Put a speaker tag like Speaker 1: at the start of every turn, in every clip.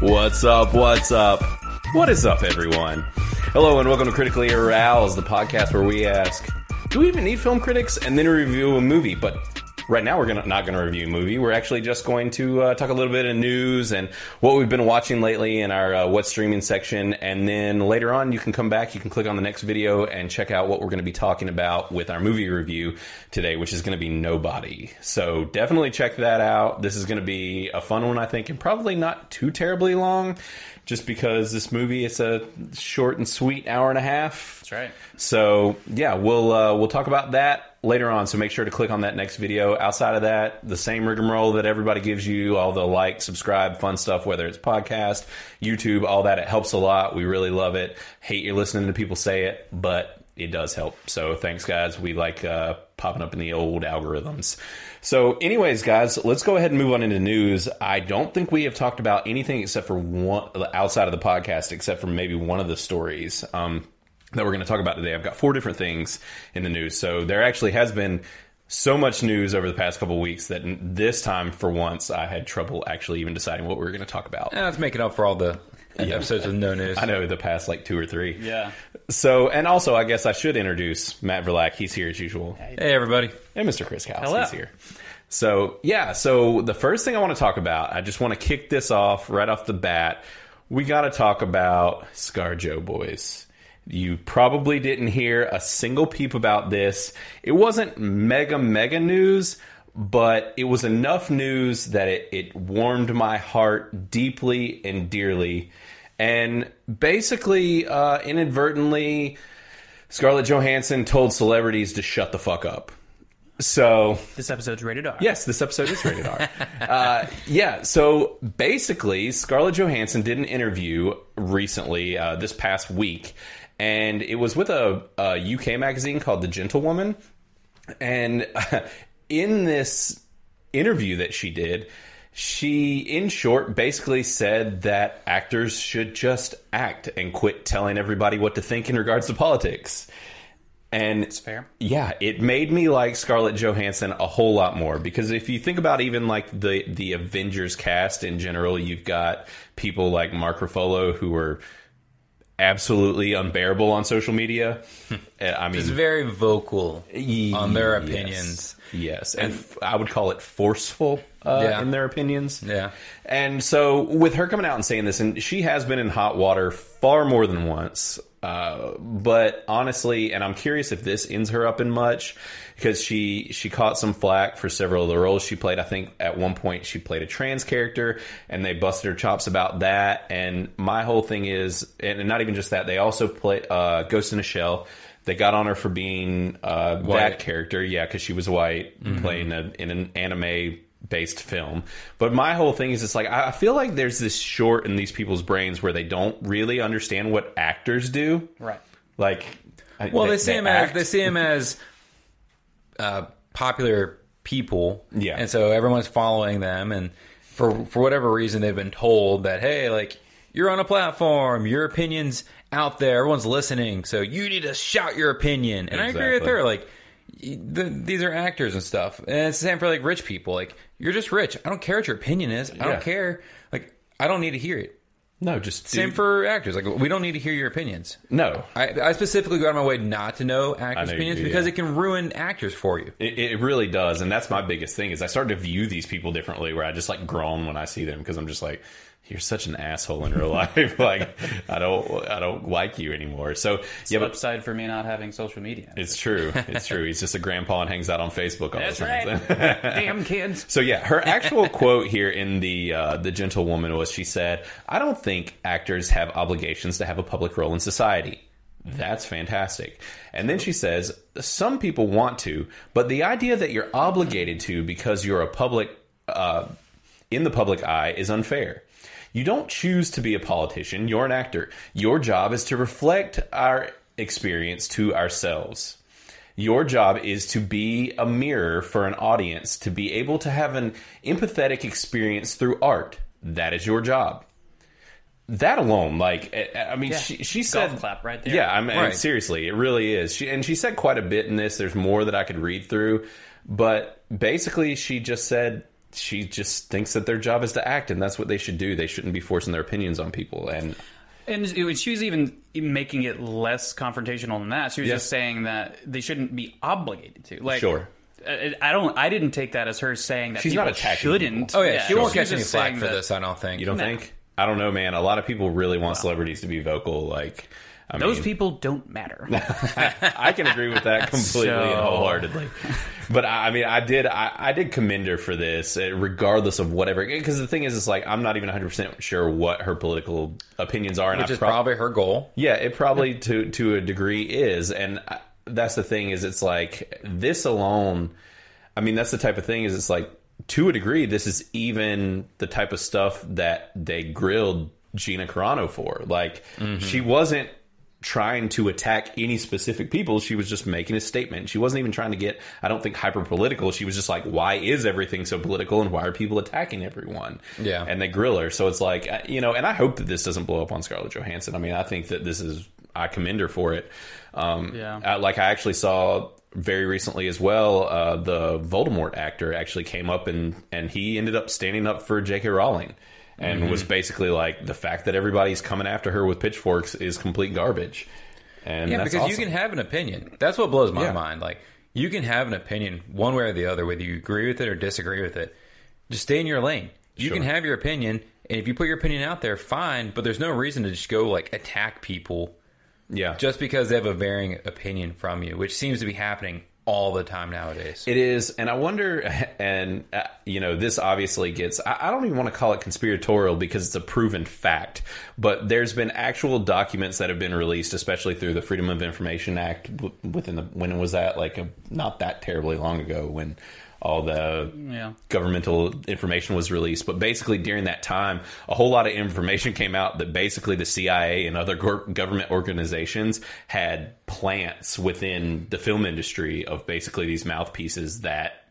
Speaker 1: What's up? What's up? What is up, everyone? Hello, and welcome to Critically Aroused, the podcast where we ask, do we even need film critics? And then review a movie. But right now, we're gonna, not going to review a movie. We're actually just going to uh, talk a little bit of news and what we've been watching lately in our uh, what's streaming section. And then later on, you can come back, you can click on the next video and check out what we're going to be talking about with our movie review today, which is going to be Nobody. So definitely check that out. This is going to be a fun one, I think, and probably not too terribly long, just because this movie it's a short and sweet hour and a half.
Speaker 2: That's right.
Speaker 1: So yeah, we'll uh, we'll talk about that later on. So make sure to click on that next video. Outside of that, the same rigmarole that everybody gives you, all the like, subscribe, fun stuff, whether it's podcast, YouTube, all that. It helps a lot. We really love it. Hate you listening to people say it, but it does help. So thanks, guys. We like uh, popping up in the old algorithms. So, anyways, guys, let's go ahead and move on into news. I don't think we have talked about anything except for one outside of the podcast, except for maybe one of the stories. Um, that we're going to talk about today. I've got four different things in the news. So there actually has been so much news over the past couple weeks that n- this time, for once, I had trouble actually even deciding what we were going to talk about.
Speaker 3: Yeah, Eh, let's make it up for all the episodes with no news.
Speaker 1: I know the past like two or three.
Speaker 2: Yeah.
Speaker 1: So, and also, I guess I should introduce Matt Verlack. He's here as usual.
Speaker 3: Hey, everybody.
Speaker 1: And Mr. Chris House
Speaker 2: Hello.
Speaker 1: is here. So, yeah, so the first thing I want to talk about, I just want to kick this off right off the bat. We got to talk about Scarjo Boys. You probably didn't hear a single peep about this. It wasn't mega, mega news, but it was enough news that it, it warmed my heart deeply and dearly. And basically, uh, inadvertently, Scarlett Johansson told celebrities to shut the fuck up. So,
Speaker 2: This episode's rated R.
Speaker 1: yes, this episode is rated R. uh, yeah, so basically, Scarlett Johansson did an interview recently, uh, this past week, and it was with a, a UK magazine called The Gentlewoman. And uh, in this interview that she did, she, in short, basically said that actors should just act and quit telling everybody what to think in regards to politics. And it's
Speaker 2: fair.
Speaker 1: Yeah, it made me like Scarlett Johansson a whole lot more because if you think about even like the the Avengers cast in general, you've got people like Mark Ruffalo who are absolutely unbearable on social media. Uh, I mean,
Speaker 3: It's very vocal on their
Speaker 1: Yes.
Speaker 3: opinions.
Speaker 1: Yes, and, f- I would call it forceful uh,
Speaker 3: Yeah.
Speaker 1: in their opinions.
Speaker 3: Yeah.
Speaker 1: And so, with her coming out and saying this, and she has been in hot water far more than once. Uh, but honestly, and I'm curious if this ends her up in much because she she caught some flack for several of the roles she played. I think at one point she played a trans character, and they busted her chops about that. And my whole thing is, and not even just that, they also play uh, Ghost in a Shell. They got on her for being uh, that
Speaker 3: White. Mm-hmm.
Speaker 1: character, yeah, because she was white playing a, in an anime based film. But my whole thing is, it's like I I feel like there's this short in these people's brains where they don't really understand what actors do.
Speaker 2: Right.
Speaker 1: Like, I-
Speaker 3: Well, they, see him as
Speaker 1: act.
Speaker 3: they see him as uh, popular people.
Speaker 1: Yeah.
Speaker 3: and so everyone's following them, and for for whatever reason, they've been told that hey, like you're on a platform, your opinions out there, everyone's listening, so you need to shout your opinion. And I agree with
Speaker 1: Exactly.
Speaker 3: her, like. y- The, these are actors and stuff, and it's the same for like rich people. Like you're just rich. I don't care what your opinion is. I
Speaker 1: Yeah.
Speaker 3: don't care. Like I don't need to hear it.
Speaker 1: no, just
Speaker 3: Same
Speaker 1: do-
Speaker 3: for actors. Like we don't need to hear your opinions.
Speaker 1: no.
Speaker 3: I, I specifically go out of my way not to know actors'
Speaker 1: know you
Speaker 3: opinions
Speaker 1: do,
Speaker 3: because
Speaker 1: yeah.
Speaker 3: it can ruin actors for you.
Speaker 1: It, it really does, and that's my biggest thing is I start to view these people differently. Where I just like groan when I see them because I'm just like, you're such an asshole in real life. like, I don't, I don't like you anymore. So yeah, but
Speaker 2: Upside for me not having social media.
Speaker 1: It's true. It's true. He's just a grandpa and hangs out on Facebook all
Speaker 2: That's
Speaker 1: the time.
Speaker 2: right. Damn kids.
Speaker 1: So yeah, her actual quote here in the uh, the gentlewoman was she said, "I don't think actors have obligations to have a public role in society." That's fantastic. And then she says, "Some people want to, but the idea that you're obligated to because you're a public uh, in the public eye is unfair." You don't choose to be a politician, you're an actor. Your job is to reflect our experience to ourselves. Your job is to be a mirror for an audience, to be able to have an empathetic experience through art. That is your job. That alone, like, I I mean, she, she said,
Speaker 2: Golf clap right there.
Speaker 1: Yeah, I mean,
Speaker 3: Right.
Speaker 1: seriously, it really is. She, and she said quite a bit in this. There's more that I could read through, but basically, she just said she just thinks that their job is to act, and that's what they should do. They shouldn't be forcing their opinions on people. And
Speaker 2: And it was- she was even making it less confrontational than that. She was
Speaker 1: Yeah.
Speaker 2: just saying that they shouldn't be obligated to. Like,
Speaker 1: Sure.
Speaker 2: I, I don't. I didn't take that as her saying that
Speaker 1: She's
Speaker 2: people
Speaker 1: not attacking
Speaker 2: shouldn't.
Speaker 1: people.
Speaker 3: Oh yeah, she won't
Speaker 2: was
Speaker 3: catch
Speaker 2: just
Speaker 3: any flack
Speaker 2: saying
Speaker 3: for
Speaker 2: that-
Speaker 3: this. I don't think.
Speaker 1: you don't
Speaker 2: No.
Speaker 1: think? I don't know, man. A lot of people really want celebrities to be vocal. Like I
Speaker 2: Those
Speaker 1: mean,
Speaker 2: people don't matter.
Speaker 1: I can agree with that completely and
Speaker 2: So-
Speaker 1: wholeheartedly. But I I mean, I did, I, I did commend her for this, eh, regardless of whatever. Because the thing is, it's like I'm not even 100 percent sure what her political opinions are, and
Speaker 3: which
Speaker 1: I
Speaker 3: is
Speaker 1: prob-
Speaker 3: probably her goal.
Speaker 1: yeah, it probably to to a degree is, and I- that's the thing is, it's like this alone. I mean, that's the type of thing is, it's like to a degree, this is even the type of stuff that they grilled Gina Carano for. Like, she wasn't trying to attack any specific people she was just making a statement she wasn't even trying to get i don't think hyper political she was just like why is everything so political and why are people attacking everyone
Speaker 3: Yeah.
Speaker 1: and they grill her so it's like uh, you know and i hope that this doesn't blow up on scarlett johansson i mean i think that this is i commend her for it um
Speaker 2: Yeah.
Speaker 1: uh, like i actually saw very recently as well uh the voldemort actor actually came up and and he ended up standing up for jk rowling and
Speaker 3: Mm-hmm.
Speaker 1: was basically like the fact that everybody's coming after her with pitchforks is complete garbage and
Speaker 3: Yeah,
Speaker 1: that's
Speaker 3: because you
Speaker 1: awesome.
Speaker 3: can have an opinion. That's what blows my
Speaker 1: Yeah.
Speaker 3: mind. Like you can have an opinion one way or the other, whether you agree with it or disagree with it. Just stay in your lane. You
Speaker 1: Sure.
Speaker 3: can have your opinion, and if you put your opinion out there, fine. But there's no reason to just go like attack people
Speaker 1: yeah
Speaker 3: just because they have a varying opinion from you, which seems to be happening all the time nowadays.
Speaker 1: It is, and I wonder, and uh, you know, this obviously gets. I, I don't even want to call it conspiratorial because it's a proven fact. But there's been actual documents that have been released, especially through the Freedom of Information Act. w- Within the when was that? Like a, not that terribly long ago, when all the
Speaker 2: Yeah.
Speaker 1: governmental information was released. But basically, during that time, a whole lot of information came out that basically the CIA and other gor- government organizations had plants within the film industry of basically these mouthpieces that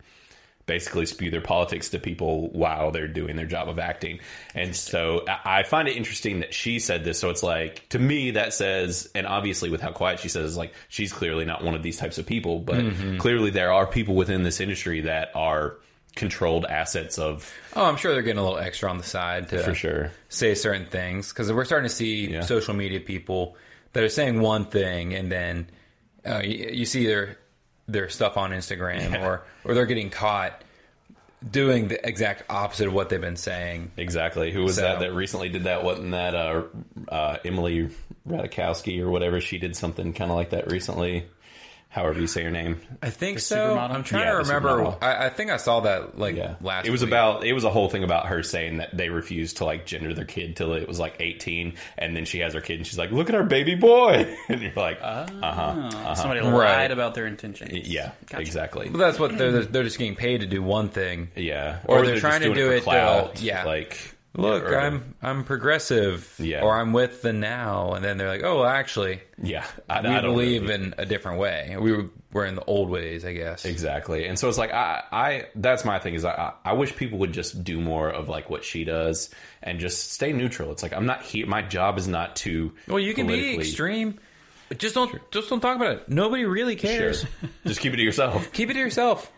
Speaker 1: basically spew their politics to people while they're doing their job of acting. And so I I find it interesting that she said this. So it's like, to me, that says, and obviously with how quiet she says, like, she's clearly not one of these types of people, but clearly there are people within this industry that are controlled assets of,
Speaker 3: Oh, I'm sure they're getting a little extra on the side to
Speaker 1: for sure.
Speaker 3: say certain things because we're starting to see social media people that are saying one thing and then uh, you, you see their their stuff on Instagram or or they're getting caught doing the exact opposite of what they've been saying.
Speaker 1: Exactly. Who was
Speaker 3: So-
Speaker 1: that that recently did that? Wasn't that uh, uh, Emily Ratajkowski or whatever? She did something kind of like that recently. However you say her name.
Speaker 3: I think so.
Speaker 2: supermodel?
Speaker 3: I'm trying
Speaker 1: Yeah,
Speaker 3: to
Speaker 1: the
Speaker 3: remember.
Speaker 1: supermodel.
Speaker 3: I, I think I saw that like
Speaker 1: Yeah.
Speaker 3: last.
Speaker 1: It was
Speaker 3: week.
Speaker 1: about it was a whole thing about her saying that they refused to like gender their kid till it was like 18 and then she has her kid and she's like, "Look at our baby boy." And you're like,
Speaker 3: Uh,
Speaker 2: Somebody
Speaker 3: Right.
Speaker 2: lied about their intentions.
Speaker 1: "Yeah,
Speaker 2: Gotcha.
Speaker 1: exactly."
Speaker 3: But that's what they're they're- they're just getting paid to do one thing.
Speaker 1: Yeah.
Speaker 3: Or they're
Speaker 1: just
Speaker 3: trying to do
Speaker 1: for
Speaker 3: it, uh,
Speaker 1: clout,
Speaker 3: yeah.
Speaker 1: Like,
Speaker 3: Look,
Speaker 1: or-
Speaker 3: I'm I'm progressive,
Speaker 1: Yeah.
Speaker 3: or I'm with the now, and then they're like, oh, well, actually,
Speaker 1: Yeah. I,
Speaker 3: we
Speaker 1: I don't
Speaker 3: believe
Speaker 1: really-
Speaker 3: in a different way. We were, were in the old ways, I guess.
Speaker 1: Exactly. And so it's like I I that's my thing is I I I wish people would just do more of like what she does and just stay neutral. It's like I'm not here my job is not to
Speaker 3: Well, you can be
Speaker 1: politically-
Speaker 3: extreme. but Just don't just don't talk about it. Nobody really
Speaker 1: Sure.
Speaker 3: cares.
Speaker 1: just keep it to yourself.
Speaker 3: Keep it to yourself.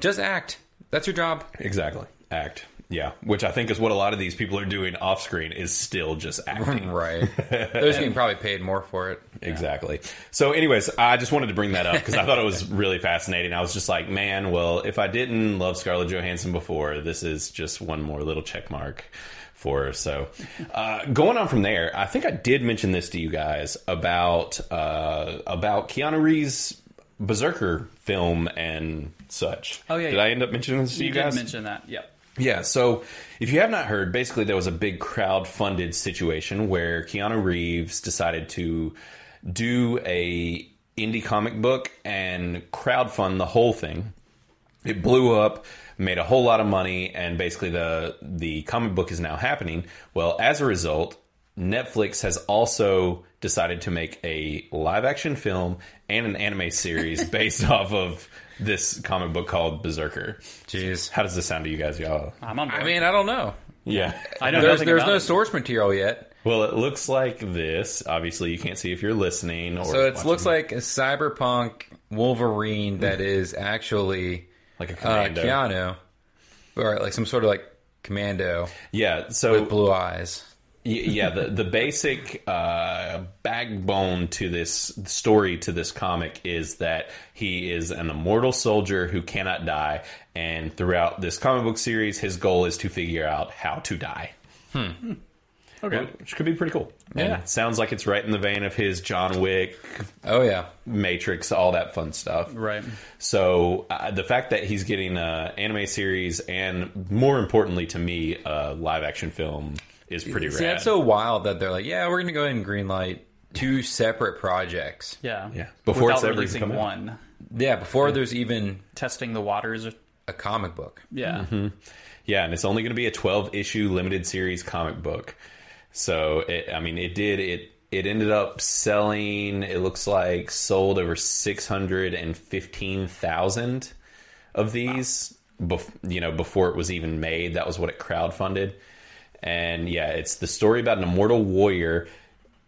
Speaker 3: Just act. That's your job.
Speaker 1: Exactly. Act. Yeah. Which I think is what a lot of these people are doing off screen is still just acting.
Speaker 3: Right. Those getting probably paid more for it.
Speaker 1: Exactly. So, anyways, I just wanted to bring that up because I thought it was really fascinating. I was just like, man, well, if I didn't love Scarlett Johansson before, this is just one more little check mark for her. So, uh, going on from there, I think I did mention this to you guys about uh, about Keanu Reeves' Berserker film and such.
Speaker 2: Oh, yeah,
Speaker 1: Did
Speaker 2: yeah.
Speaker 1: I end up mentioning this to you,
Speaker 2: You did
Speaker 1: guys?
Speaker 2: mention that. Yep.
Speaker 1: Yeah, so if you have not heard, basically there was a big crowd-funded situation where Keanu Reeves decided to do a indie comic book and crowdfund the whole thing. It blew up, made a whole lot of money, and basically the the comic book is now happening. Well, as a result, Netflix has also decided to make a live action film and an anime series based off of this comic book called Berserker.
Speaker 3: Jeez.
Speaker 1: How does this sound to you guys, y'all?
Speaker 2: I'm on board.
Speaker 3: I mean, I don't know.
Speaker 1: Yeah.
Speaker 2: I know
Speaker 3: There's
Speaker 2: nothing
Speaker 3: there's
Speaker 2: about
Speaker 3: no
Speaker 2: it.
Speaker 3: source material yet,
Speaker 1: Well, it looks like this. Obviously, you can't see if you're listening or.
Speaker 3: so it
Speaker 1: watching.
Speaker 3: looks like a cyberpunk Wolverine that is actually
Speaker 1: like a
Speaker 3: uh,
Speaker 1: commando.
Speaker 3: Keanu. or like some sort of like commando
Speaker 1: Yeah. So
Speaker 3: with blue eyes.
Speaker 1: Y- yeah the, the basic uh, backbone to this story to this comic is that he is an immortal soldier who cannot die and throughout this comic book series his goal is to figure out how to die
Speaker 2: Hmm.
Speaker 3: Hmm.
Speaker 2: Okay.
Speaker 1: which could be pretty cool
Speaker 3: Yeah.
Speaker 1: And it sounds like it's right in the vein of his john wick
Speaker 3: Oh yeah,
Speaker 1: matrix all that fun stuff
Speaker 2: Right.
Speaker 1: so uh, the fact that he's getting an anime series and more importantly to me a live action film is pretty
Speaker 3: see
Speaker 1: rad
Speaker 3: that's so wild that they're like, yeah, we're gonna go ahead and greenlight two separate projects.
Speaker 2: Yeah.
Speaker 1: Yeah. Before
Speaker 2: Without
Speaker 1: it's ever
Speaker 2: releasing
Speaker 1: come out.
Speaker 2: one,
Speaker 3: Yeah, before there's even
Speaker 2: testing the waters.
Speaker 3: a comic book.
Speaker 2: Yeah.
Speaker 1: Yeah, and it's only going to be a 12 issue limited series comic book. So, it, I mean, it did it it ended up selling, it looks like sold over 615,000 of these bef- you know, before it was even made. That was what it crowdfunded. And yeah, it's the story about an immortal warrior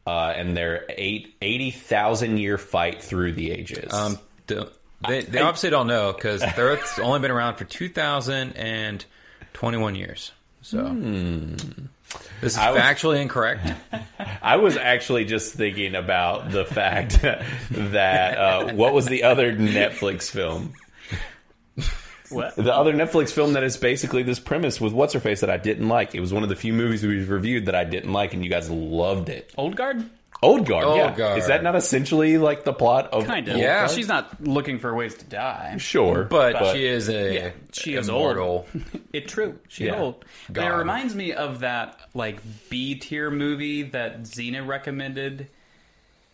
Speaker 1: uh, and their eight, 80,000 year fight through the ages.
Speaker 3: Um, the, they, they obviously don't know because the Earth's only been around for 2,021 years. So
Speaker 2: Hmm.
Speaker 3: this is
Speaker 1: I was-
Speaker 3: factually incorrect.
Speaker 1: I was actually just thinking about the fact that uh, what was the other Netflix film?
Speaker 2: What?
Speaker 1: The other Netflix film that is basically this premise with what's her face that I didn't like. It was one of the few movies we've reviewed that I didn't like, and you guys loved it.
Speaker 2: Old guard?
Speaker 1: Old Guard.
Speaker 3: Old
Speaker 1: yeah.
Speaker 3: Guard.
Speaker 1: Is that not essentially like the plot of?
Speaker 2: Kind of.
Speaker 3: Yeah.
Speaker 2: She's not looking for ways to die.
Speaker 1: Sure,
Speaker 3: But, she is a
Speaker 2: Yeah, she is
Speaker 3: immortal.
Speaker 2: It true. She
Speaker 1: Yeah.
Speaker 2: old. But it
Speaker 3: God.
Speaker 2: reminds me of that like B tier movie that Xena recommended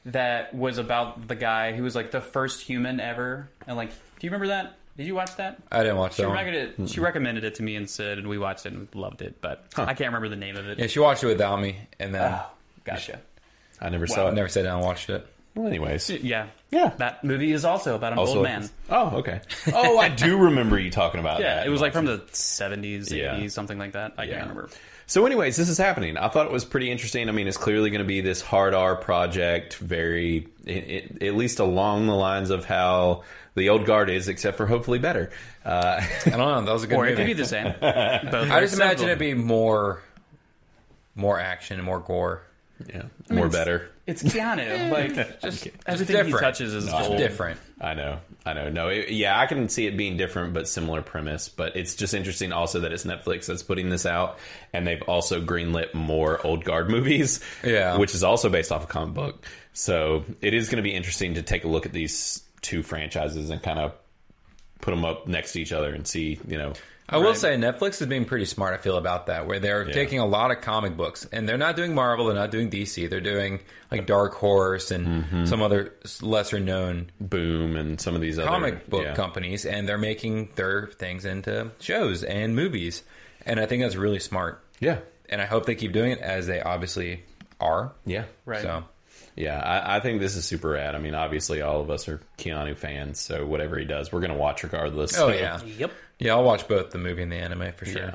Speaker 2: that was about the guy who was like the first human ever. And like do you remember that? Did you watch that?
Speaker 3: I didn't watch
Speaker 2: She
Speaker 3: that one.
Speaker 2: recommended, it, she recommended it to me and Sid, and we watched it and loved it, but I can't remember the name of it.
Speaker 3: Yeah, she watched it without me, and then
Speaker 2: Oh, gotcha.
Speaker 1: I never saw
Speaker 3: I
Speaker 1: it.
Speaker 3: never sat down and watched it.
Speaker 1: Well, anyways,
Speaker 2: Yeah.
Speaker 1: yeah.
Speaker 2: That movie is also about an
Speaker 1: Also-
Speaker 2: old man.
Speaker 1: Oh, okay. Oh, I do remember you talking about
Speaker 2: Yeah,
Speaker 1: that.
Speaker 2: it was like from the 70s, 80s,
Speaker 1: Yeah.
Speaker 2: something like that. I can't remember.
Speaker 1: So, anyways, this is happening. I thought it was pretty interesting. I mean, it's clearly going to be this hard R project, very it, it, at least along the lines of how the old guard is, except for hopefully better. Uh,
Speaker 3: I don't know. That was a good
Speaker 2: Or it could be
Speaker 3: movie.
Speaker 2: the same. Both are
Speaker 3: I just imagine
Speaker 2: acceptable.
Speaker 3: it be more, more action, more gore.
Speaker 1: yeah, more better.
Speaker 2: It's Keanu. like
Speaker 3: Just, just
Speaker 2: everything
Speaker 3: different.
Speaker 2: he touches is
Speaker 3: Just
Speaker 2: gold.
Speaker 3: different.
Speaker 1: I know, I know. No, it, yeah, I can see it being different, but similar premise. But it's just interesting also that it's Netflix that's putting this out, and they've also greenlit more old guard movies,
Speaker 3: Yeah.
Speaker 1: which is also based off a comic book. So it is going to be interesting to take a look at these two franchises and kind of put them up next to each other and see, you know,
Speaker 3: I will say Netflix is being pretty smart. I feel about that, where they're taking a lot of comic books, and they're not doing Marvel, they're not doing DC, they're doing like Dark Horse and some other lesser known
Speaker 1: Boom and some of these other
Speaker 3: comic book
Speaker 1: yeah.
Speaker 3: companies, and they're making their things into shows and movies, and I think that's really smart.
Speaker 1: Yeah,
Speaker 3: And I hope they keep doing it as they obviously are.
Speaker 1: yeah,
Speaker 2: Right.
Speaker 3: So
Speaker 1: Yeah, I, I think this is super rad. I mean, obviously, all of us are Keanu fans, so whatever he does, we're going to watch regardless.
Speaker 3: oh yeah,
Speaker 2: Yep.
Speaker 3: yeah, I'll watch both the movie and the anime for sure.
Speaker 1: Yeah.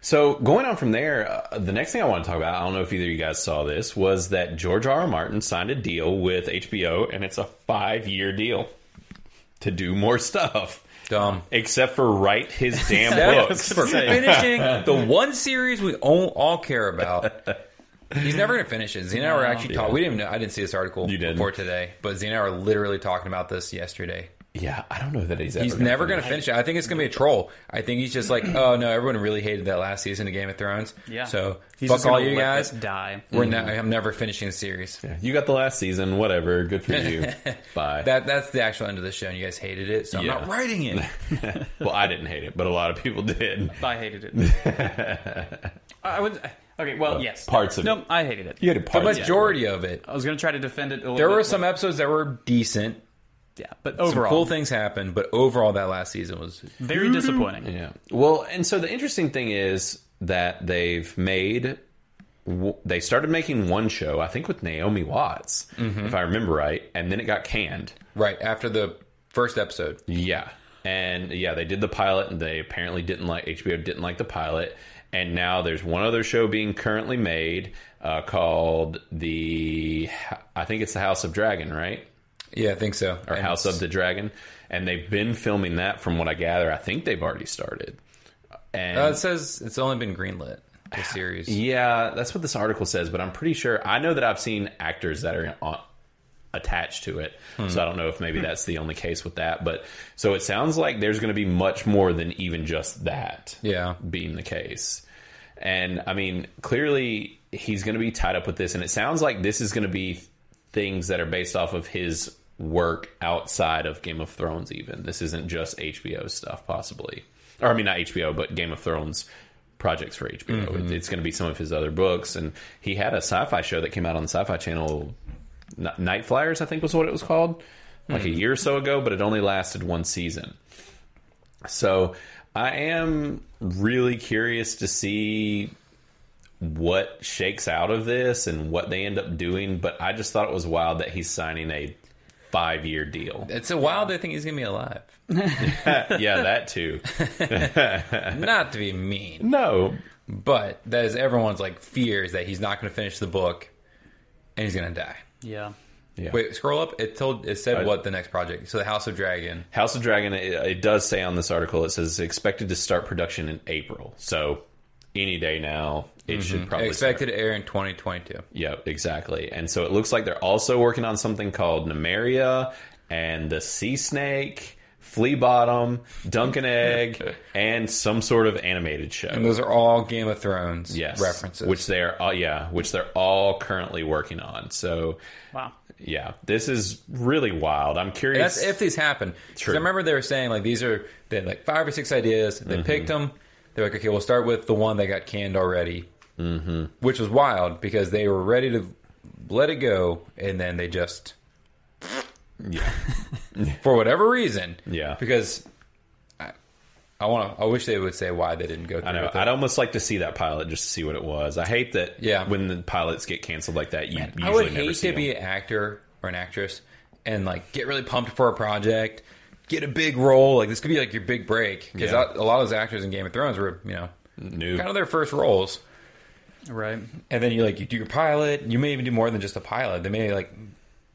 Speaker 1: So going on from there, uh, the next thing I want to talk about, I don't know if either of you guys saw this, was that George R. R. Martin signed a deal with HBO, and it's a five-year deal to do more stuff,
Speaker 3: Dumb.
Speaker 1: except for write his damn
Speaker 3: Except
Speaker 1: books.
Speaker 3: for finishing the one series we all, all care about. He's never going to finish it. Xena
Speaker 2: Oh,
Speaker 3: were actually talking. We didn't even know. I didn't see this article
Speaker 1: You didn't.
Speaker 3: before today, but Xena were literally talking about this yesterday.
Speaker 1: Yeah, I don't know that he's ever.
Speaker 3: He's
Speaker 1: gonna
Speaker 3: never
Speaker 1: finish.
Speaker 3: going to finish it. I think it's going to be a troll. I think he's just like, oh no, everyone really hated that last season of Game of Thrones.
Speaker 2: Yeah.
Speaker 3: So
Speaker 2: He's
Speaker 3: fuck
Speaker 2: just gonna
Speaker 3: all you
Speaker 2: let
Speaker 3: guys.
Speaker 2: it Die. Mm-hmm.
Speaker 3: We're not. I'm never finishing the series.
Speaker 1: You got the last season, whatever. Good for you. Bye.
Speaker 3: That that's the actual end of the show, and you guys hated it. So
Speaker 1: Yeah.
Speaker 3: I'm not writing it.
Speaker 1: well, I didn't hate it, but a lot of people did.
Speaker 2: I hated it. I would. Okay. Well, yes.
Speaker 1: parts of
Speaker 2: no,
Speaker 1: it.
Speaker 2: I hated it.
Speaker 1: You had a
Speaker 3: The
Speaker 1: part.
Speaker 3: majority of it.
Speaker 2: I was gonna try to defend it. A little
Speaker 3: There
Speaker 2: bit,
Speaker 3: were
Speaker 2: but-
Speaker 3: some episodes that were decent.
Speaker 2: Yeah, but
Speaker 3: Some
Speaker 2: overall,
Speaker 3: cool things happened, but overall, that last season was
Speaker 2: very
Speaker 3: Mm.
Speaker 2: disappointing.
Speaker 1: Yeah. Well, and so the interesting thing is that they've made w- they started making one show, I think with Naomi Watts, if I remember right, and then it got canned.
Speaker 3: right after the first episode.
Speaker 1: Yeah. And yeah, they did the pilot and they apparently didn't like HBO didn't like the pilot. And now there's one other show being currently made uh, called the I think it's the House of Dragon, right?
Speaker 3: Yeah, I think so.
Speaker 1: or House of the Dragon, and they've been filming that. From what I gather, I think they've already started. and
Speaker 3: Uh, it says it's only been greenlit. The series.
Speaker 1: yeah, that's what this article says. But I'm pretty sure I know that I've seen actors that are on, attached to it. So I don't know if maybe that's the only case with that. But so it sounds like there's going to be much more than even just that.
Speaker 3: Yeah.
Speaker 1: being the case. And I mean, clearly he's going to be tied up with this, and it sounds like this is going to be things that are based off of his work outside of Game of Thrones. Even this isn't just HBO stuff, possibly, or I mean, not HBO, but Game of Thrones projects for HBO. It- it's going to be some of his other books, and he had a sci-fi show that came out on the Sci-Fi Channel, N- Night Flyers, I think was what it was called, like a year or so ago, but it only lasted one season. So I am really curious to see what shakes out of this and what they end up doing. But I just thought it was wild that he's signing a five year deal.
Speaker 3: It's a wild they think he's gonna be alive.
Speaker 1: yeah, that too.
Speaker 3: Not to be mean,
Speaker 1: No.
Speaker 3: but that is everyone's like fears that he's not gonna finish the book and he's gonna die.
Speaker 2: Yeah.
Speaker 1: Yeah.
Speaker 3: Wait, scroll up. It told it said
Speaker 1: Uh,
Speaker 3: what the next project. So the House of Dragon.
Speaker 1: House of Dragon, it, it does say on this article, it says it's expected to start production in April. So any day now, it should probably start.
Speaker 3: expected to air in 2022.
Speaker 1: Yeah, exactly. And so it looks like they're also working on something called Nemeria and the Sea Snake, Flea Bottom, Dunkin' Egg, and some sort of animated
Speaker 3: And
Speaker 1: show.
Speaker 3: those are all Game of Thrones
Speaker 1: Yes,
Speaker 3: references.
Speaker 1: which they are. Uh, yeah, which they're all currently working on. So
Speaker 2: Wow.
Speaker 1: yeah, this is really wild. I'm
Speaker 3: And
Speaker 1: curious.
Speaker 3: that's if these happen. 'Cause
Speaker 1: True.
Speaker 3: I remember they were saying like these are they had like five or six ideas.
Speaker 1: Mm-hmm.
Speaker 3: They picked them. They're like, okay, we'll start with the one that got canned already, mm-hmm. which was wild because they were ready to let it go, and then they just
Speaker 1: Yeah.
Speaker 3: for whatever reason,
Speaker 1: Yeah.
Speaker 3: because. I- I want to. I wish they would say why they didn't go through.
Speaker 1: I know.
Speaker 3: with it.
Speaker 1: I'd almost like to see that pilot just to see what it was. I hate that.
Speaker 3: Yeah.
Speaker 1: When the pilots get canceled like that, you usually
Speaker 3: I would
Speaker 1: never
Speaker 3: hate
Speaker 1: see
Speaker 3: to
Speaker 1: them.
Speaker 3: be an actor or an actress and like get really pumped for a project, get a big role. Like this could be like your big break because
Speaker 1: Yeah.
Speaker 3: a lot of those actors in Game of Thrones were you know
Speaker 1: New.
Speaker 3: kind of their first roles,
Speaker 2: Right.
Speaker 3: and then you like you do your pilot. You may even do more than just a pilot. They may like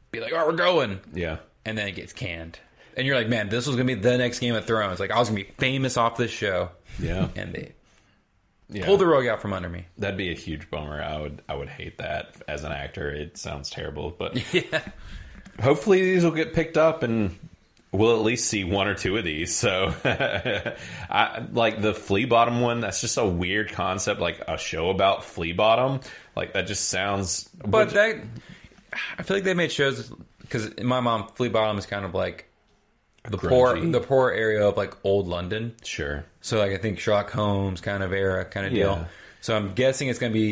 Speaker 3: be like, "Oh, we're going,"
Speaker 1: Yeah.
Speaker 3: and then it gets canned. And you're like, "Man, this was gonna be the next Game of Thrones. Like I was gonna be famous off this show."
Speaker 1: Yeah.
Speaker 3: And they
Speaker 1: yeah.
Speaker 3: pulled the rug out from under me.
Speaker 1: That'd be a huge bummer. I would I would hate that as an actor. It sounds terrible, but hopefully these will get picked up and we'll at least see one or two of these. So I like the flea bottom one, that's just a weird concept like a show about flea bottom. Like that just sounds
Speaker 3: But that, I feel like they made shows because in my mom, Flea Bottom is kind of like the poor,
Speaker 1: Grungy.
Speaker 3: the poor area of like old London.
Speaker 1: sure.
Speaker 3: So like I think Sherlock Holmes kind of era kind of
Speaker 1: Yeah.
Speaker 3: deal. So I'm guessing it's going to be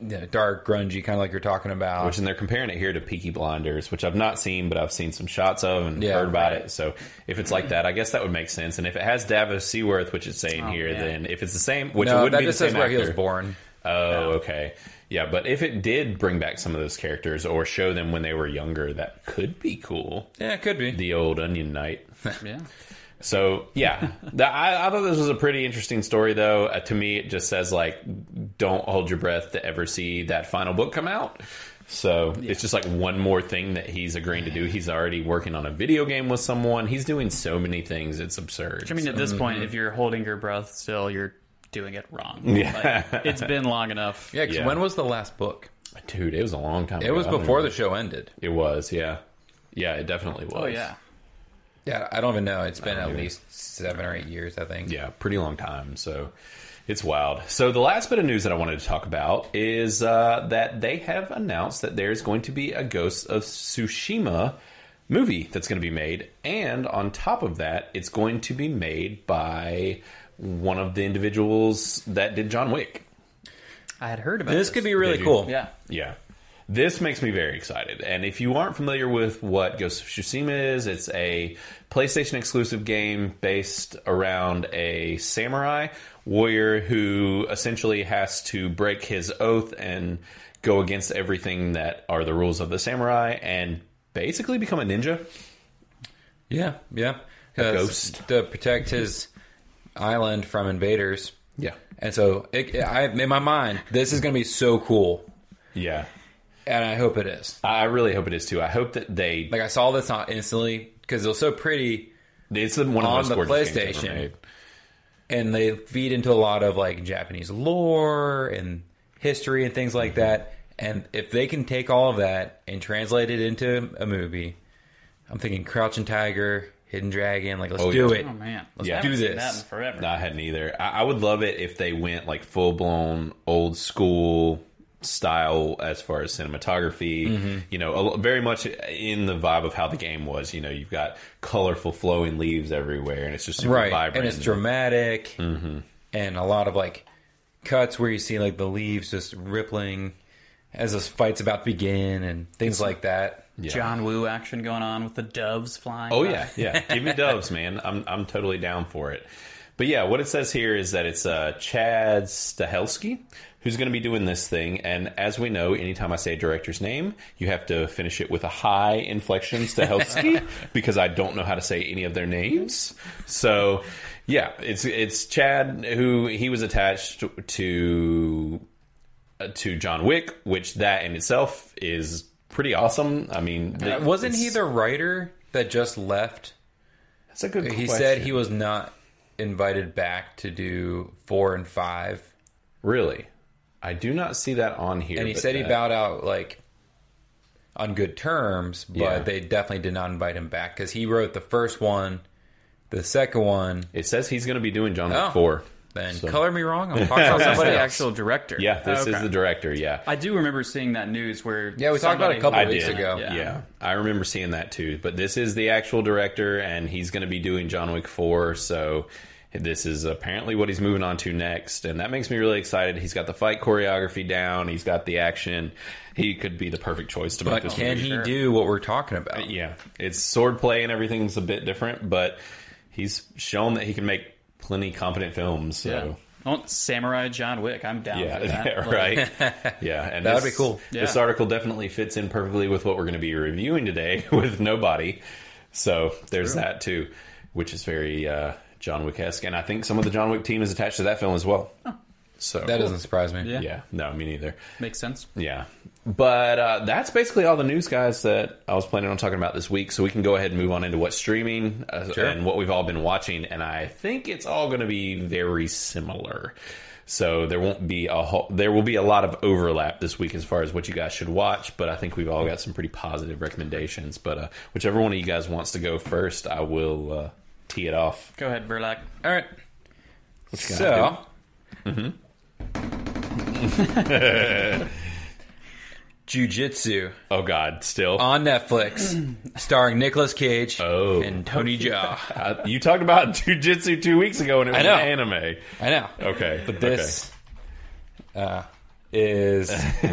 Speaker 3: you know, dark, grungy, kind of like you're talking about.
Speaker 1: Which and they're comparing it here to Peaky Blinders, which I've not seen, but I've seen some shots of and
Speaker 3: Yeah,
Speaker 1: heard about
Speaker 3: right.
Speaker 1: it. So if it's like that, I guess that would make sense. And if it has Davos Seaworth, which it's saying here,
Speaker 2: man.
Speaker 1: then if it's the same, which it
Speaker 3: Oh, no,
Speaker 1: would
Speaker 3: that
Speaker 1: be the
Speaker 3: just
Speaker 1: same
Speaker 3: says where he was
Speaker 1: actor.
Speaker 3: born.
Speaker 1: Oh, okay. Yeah, but if it did bring back some of those characters or show them when they were younger, that could be cool.
Speaker 3: Yeah, it could be.
Speaker 1: The old Onion Knight.
Speaker 2: Yeah.
Speaker 1: So yeah, Th- I, I thought this was a pretty interesting story, though. Uh, to me, it just says like, don't hold your breath to ever see that final book come out. So it's just like one more thing that he's agreeing to do. He's already working on a video game with someone. He's doing so many things; it's absurd.
Speaker 2: I mean, at
Speaker 3: Mm-hmm.
Speaker 2: this point, if you're holding your breath still, you're doing it wrong.
Speaker 1: Yeah.
Speaker 2: Like, it's been long enough.
Speaker 3: yeah, 'cause
Speaker 1: Yeah.
Speaker 3: when was the last book?
Speaker 1: dude, it was a long time.
Speaker 3: It was before the show ended.
Speaker 1: It was, yeah, yeah. It definitely was.
Speaker 2: Oh, yeah.
Speaker 3: Yeah, I don't even know. It's been at
Speaker 1: either.
Speaker 3: least seven or eight years, I think.
Speaker 1: Yeah, pretty long time. So it's wild. So the last bit of news that I wanted to talk about is uh, that they have announced that there's going to be a Ghost of Tsushima movie that's going to be made, and on top of that, it's going to be made by one of the individuals that did John Wick.
Speaker 2: I had heard about
Speaker 3: This could be really
Speaker 1: Did you?
Speaker 3: cool.
Speaker 2: Yeah.
Speaker 1: Yeah. This makes me very excited. And if you aren't familiar with what Ghost of Tsushima is, it's a PlayStation exclusive game based around a samurai warrior who essentially has to break his oath and go against everything that are the rules of the samurai and basically become a ninja.
Speaker 3: Yeah, yeah. 'Cause
Speaker 1: ghost.
Speaker 3: to protect his island from invaders.
Speaker 1: Yeah.
Speaker 3: And so, it, it- I in my mind, this is going to be so cool,
Speaker 1: Yeah.
Speaker 3: and I hope it is.
Speaker 1: I really hope it is too. I hope that they.
Speaker 3: Like I saw this not instantly because it was so pretty
Speaker 1: It's one of the
Speaker 3: on
Speaker 1: most
Speaker 3: the
Speaker 1: gorgeous games ever
Speaker 3: PlayStation.
Speaker 1: made.
Speaker 3: and they feed into a lot of like Japanese lore and history and things like that. And if they can take all of that and translate it into a movie, I'm thinking Crouching Tiger, Hidden Dragon. Like, let's
Speaker 1: Oh,
Speaker 3: do
Speaker 1: yeah.
Speaker 3: it.
Speaker 2: Oh man, Let's
Speaker 1: Yeah.
Speaker 2: haven't
Speaker 3: Do
Speaker 2: seen
Speaker 3: this.
Speaker 2: that in forever.
Speaker 1: No, I hadn't either. I, I would love it if they went like full blown old school style as far as cinematography.
Speaker 3: Mm-hmm.
Speaker 1: You know, a lo- very much in the vibe of how the game was. You know, you've got colorful flowing leaves everywhere, and Mm-hmm. it's just super
Speaker 3: right
Speaker 1: vibrant.
Speaker 3: and it's dramatic and a lot of like cuts where you see like the leaves just rippling as this fight's about to begin and things like that
Speaker 1: Yeah.
Speaker 2: John Woo action going on with the doves flying.
Speaker 1: Oh
Speaker 2: by.
Speaker 1: yeah, yeah. Give me doves, man. I'm I'm totally down for it. But yeah, what it says here is that it's uh, Chad Stahelski who's going to be doing this thing. And as we know, anytime I say a director's name, you have to finish it with a high inflection, Stahelski, because I don't know how to say any of their names. So yeah, it's it's Chad who he was attached to uh, to John Wick, which that in itself is pretty awesome. I mean,
Speaker 3: Uh,
Speaker 1: th-
Speaker 3: wasn't he
Speaker 1: it's-
Speaker 3: the writer that just left
Speaker 1: That's a good.
Speaker 3: he
Speaker 1: question.
Speaker 3: said he was not invited back to do four and five
Speaker 1: Really? I do not see that on here.
Speaker 3: and he
Speaker 1: but
Speaker 3: said he
Speaker 1: that-
Speaker 3: bowed out like on good terms but
Speaker 1: Yeah.
Speaker 3: they definitely did not invite him back because he wrote the first one the second one
Speaker 1: It says he's going to be doing John Wick
Speaker 3: Oh.
Speaker 1: 4.
Speaker 3: then
Speaker 1: So-
Speaker 3: color me wrong i'm talking about
Speaker 2: Somebody
Speaker 3: somebody
Speaker 2: the
Speaker 3: else.
Speaker 2: actual director.
Speaker 1: Yeah, this
Speaker 2: Okay.
Speaker 1: is the director. Yeah.
Speaker 2: I do remember seeing that news where
Speaker 3: Yeah, we talked about it a couple
Speaker 1: I
Speaker 3: Four weeks
Speaker 1: did.
Speaker 3: ago.
Speaker 1: Yeah.
Speaker 2: Yeah.
Speaker 1: I remember seeing that too. But this is the actual director, and he's going to be doing John Wick 4. So this is apparently what he's moving on to next. And that makes me really excited. He's got the fight choreography down, he's got the action. He could be the perfect choice to make
Speaker 3: But
Speaker 1: this
Speaker 3: can
Speaker 1: movie.
Speaker 3: he
Speaker 2: sure.
Speaker 3: do what we're talking about?
Speaker 1: Yeah, it's swordplay and everything's a bit different, but he's shown that he can make plenty competent films. So.
Speaker 2: Yeah. I want Oh, Samurai John Wick. I'm down
Speaker 1: Yeah,
Speaker 2: for that.
Speaker 1: yeah,
Speaker 2: Like,
Speaker 1: right. yeah, and
Speaker 3: That would
Speaker 1: this-
Speaker 3: be cool.
Speaker 1: This
Speaker 2: Yeah.
Speaker 1: article definitely fits in perfectly with what we're going to be reviewing today with nobody. So there's that too, which is very uh, John Wick esque, and I think some of the John Wick team is attached to that film as well. So
Speaker 3: That doesn't surprise me.
Speaker 2: Yeah.
Speaker 1: yeah, no, me neither.
Speaker 2: Makes sense.
Speaker 1: Yeah. But uh, that's basically all the news, guys, that I was planning on talking about this week. So we can go ahead and move on into what's streaming uh,
Speaker 3: Sure.
Speaker 1: and what we've all been watching. And I think it's all going to be very similar. So there won't be a whole, there will be a lot of overlap this week as far as what you guys should watch, but I think we've all got some pretty positive recommendations. But uh, whichever one of you guys wants to go first, I will uh, tee it off.
Speaker 2: Go ahead, Verlac.
Speaker 3: All right.
Speaker 1: you
Speaker 3: So,
Speaker 1: gotta
Speaker 3: Mm-hmm. Jujitsu
Speaker 1: Oh God, still
Speaker 3: on Netflix, starring Nicolas Cage
Speaker 1: Oh.
Speaker 3: and Tony Jaa.
Speaker 1: Uh, you talked about jujitsu two weeks ago, and it was
Speaker 3: know.
Speaker 1: an anime.
Speaker 3: I know.
Speaker 1: Okay, but
Speaker 3: This uh, is I